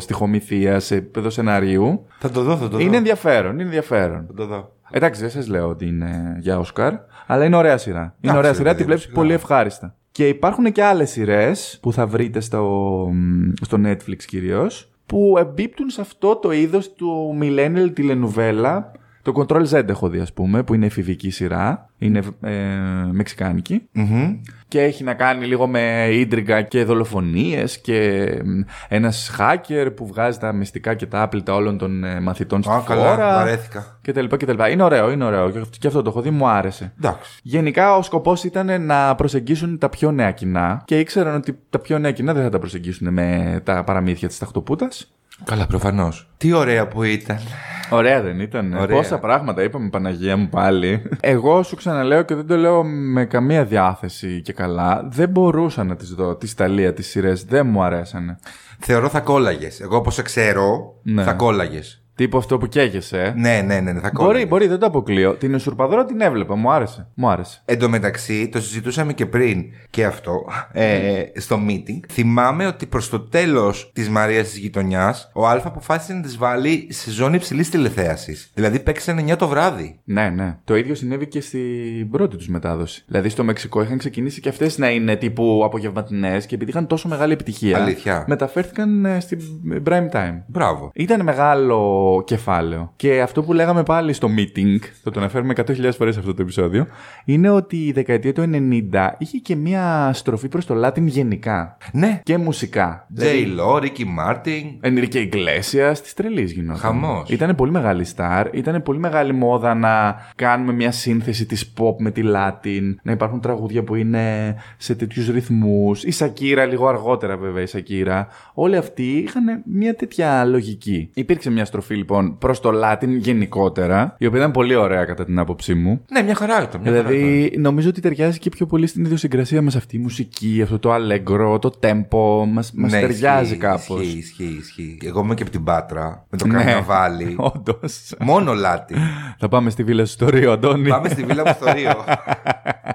στοιχομηθείας, σε επίπεδο σενάριου. Θα το δω, θα το δω. Είναι ενδιαφέρον, είναι ενδιαφέρον. Θα το δω. Εντάξει, δεν σας λέω ότι είναι για Όσκαρ, αλλά είναι ωραία σειρά. Είναι ωραία ρε σειρά, τη παιδί μου, βλέπεις σιγά. πολύ ευχάριστα. Και υπάρχουν και άλλες σειρές που θα βρείτε στο, στο Netflix κυρίως, που εμπίπτουν σε αυτό το είδος του millennial τηλενουβέλα. Το Control Z έχω δει, ας πούμε, που είναι εφηβική σειρά. Είναι ε, μεξικάνικη. Μμμ. Και έχει να κάνει λίγο με ίντριγκα και δολοφονίες και μ, ένας hacker που βγάζει τα μυστικά και τα άπλυτα όλων των ε, μαθητών στη Α, καλά, χώρα. βαρέθηκα. Και τα λοιπά και τα λοιπά. Είναι ωραίο, είναι ωραίο. Και αυτό- Και αυτό το έχω δει, μου άρεσε. Εντάξει. Γενικά ο σκοπός ήταν να προσεγγίσουν τα πιο νέα κοινά και ήξεραν ότι τα πιο νέα κοινά δεν θα τα προσεγγίσουν με τα παραμύθια της ταχτοπούτας. Καλά, προφανώς. Τι ωραία που ήταν. Ωραία δεν ήταν. ε? Ωραία. Πόσα πράγματα είπαμε, Παναγία μου πάλι. Εγώ σου ξαναλέω και δεν το λέω με καμία διάθεση και καλά. Δεν μπορούσα να τις δω. Τη Ιταλία, τις σειρές δεν μου αρέσανε. Θεωρώ θα κόλλαγες. Εγώ όπως σε ξέρω, Ναι. θα κόλλαγες. Τύπο αυτό που καίγεσαι. ε. Ναι, ναι, ναι, ναι, θα κόλλαγε. Μπορεί, μπορεί, δεν το αποκλείω. Την Ισουρπαδρό την έβλεπα, μου άρεσε. Μου άρεσε. Εν τω μεταξύ, το συζητούσαμε και πριν και αυτό ε, στο meeting. Θυμάμαι ότι προς το τέλος της Μαρίας της γειτονιάς, ο Α αποφάσισε να τι βάλει σε ζώνη υψηλής τηλεθέασης. Δηλαδή παίξανε 9 το βράδυ. Ναι, ναι. Το ίδιο συνέβη και στην πρώτη τους μετάδοση. Δηλαδή στο Μεξικό είχαν ξεκινήσει και αυτές να είναι τύπου απογευματινές και επειδή είχαν τόσο μεγάλη επιτυχία. Αλήθεια. Μεταφέρθηκαν ε, στην prime time. Μπράβο. Ήταν μεγάλο κεφάλαιο. Και αυτό που λέγαμε πάλι στο meeting, θα το αναφέρουμε 100.000 φορέ αυτό το επεισόδιο, είναι ότι η δεκαετία του 90 είχε και μία στροφή προς το Latin γενικά. Ναι. Και μουσικά. Δηλαδή, Τζέι Λό, Ρίκι Μάρτιν. Ε, Ενρικέ Ιγκλέσιας της τρελής γινόταν. Χαμός. Ήταν πολύ μεγάλη star, ήταν πολύ μεγάλη μόδα να κάνουμε μια σύνθεση της pop με τη Latin, να υπάρχουν τραγούδια που είναι σε τέτοιους ρυθμούς. Η Σακύρα, λίγο αργότερα βέβαια η Σακύρα. Όλοι αυτοί είχαν μια τέτοια λογική. Υπήρξε μια στροφή λοιπόν προς το Latin γενικότερα, η οποία ήταν πολύ ωραία κατά την άποψή μου. Ναι, μια χαρά ήταν. Μια χαρά ήταν. Δηλαδή, νομίζω ότι ταιριάζει και πιο πολύ στην ιδιοσυγκρασία μας αυτή η μουσική, αυτό το αλέγκρο, το tempo. Μας μας Ναι, ταιριάζει ισχύει, κάπως. Ισχύει, ισχύει, ισχύει. Εγώ είμαι και από την Πάτρα, με το Ναι. καρναβάλι. Όντως. Μόνο λάτι. Θα πάμε στη βίλα σου στο Ρίο, Αντώνη. Πάμε στη βίλα μου στο Ρίο.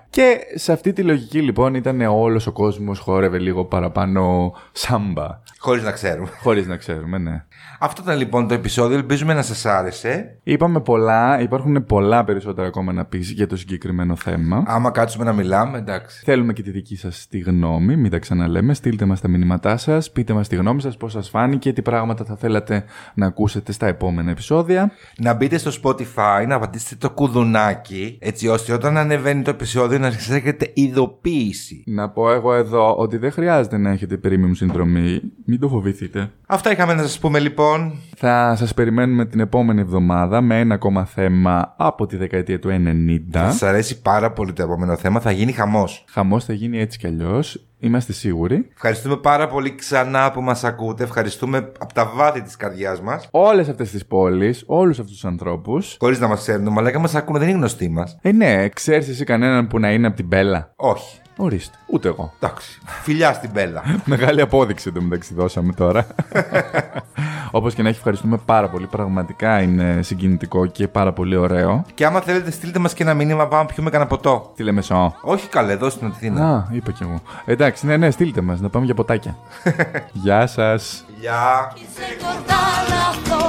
Και σε αυτή τη λογική λοιπόν ήταν όλος ο κόσμος χόρευε λίγο παραπάνω σάμπα. Χωρίς να ξέρουμε. Χωρίς να ξέρουμε, ναι. Αυτό ήταν λοιπόν το επεισόδιο. Ελπίζουμε να σας άρεσε. Είπαμε πολλά, υπάρχουν πολλά περισσότερα ακόμα να πεις για το συγκεκριμένο θέμα. Άμα κάτσουμε να μιλάμε, εντάξει. Θέλουμε και τη δική σας τη γνώμη, μην τα ξαναλέμε. Στείλτε μας τα μηνύματά σας, πείτε μας τη γνώμη σας, πώς σας φάνηκε, τι πράγματα θα θέλατε να ακούσετε στα επόμενα επεισόδια. Να μπείτε στο Spotify, να πατήσετε το κουδουνάκι, έτσι ώστε όταν ανεβαίνει το επεισόδιο να σας έρχεται ειδοποίηση. Να πω εγώ εδώ ότι δεν χρειάζεται να έχετε premium συνδρομή, μην το φοβηθείτε. Αυτά είχαμε να σας πούμε λοιπόν. Θα σας περιμένουμε την επόμενη εβδομάδα με ένα ακόμα θέμα από τη δεκαετία του 90. Σας αρέσει πάρα πολύ το επόμενο θέμα, θα γίνει χαμός. Χαμός θα γίνει έτσι κι αλλιώς, είμαστε σίγουροι. Ευχαριστούμε πάρα πολύ ξανά που μας ακούτε. Ευχαριστούμε από τα βάθη της καρδιάς μας. Όλες αυτές τις πόλεις, όλους αυτούς τους ανθρώπους. Χωρίς να μας ξέρουν, μαλάκα μας ακούνε, δεν είναι γνωστοί μας. Ε, ναι, ξέρεις εσύ κανέναν που να είναι από την Μπέλα. Όχι. Ορίστε, ούτε εγώ. Εντάξει. Φιλιά στην Μπέλα. Μεγάλη απόδειξη εντωμεταξύ δώσαμε τώρα. Όπως και να έχει ευχαριστούμε πάρα πολύ, πραγματικά είναι συγκινητικό και πάρα πολύ ωραίο. και άμα θέλετε, στείλτε μας και ένα μήνυμα, πάμε να πιούμε κανένα ποτό. Τι λέμε σο. Όχι καλέ, εδώ στην Αθήνα. Α, είπα κι εγώ. Εντάξει, ναι, ναι, στείλτε μας, να πάμε για ποτάκια. Γεια σας. Γεια. Quise cortar las dos.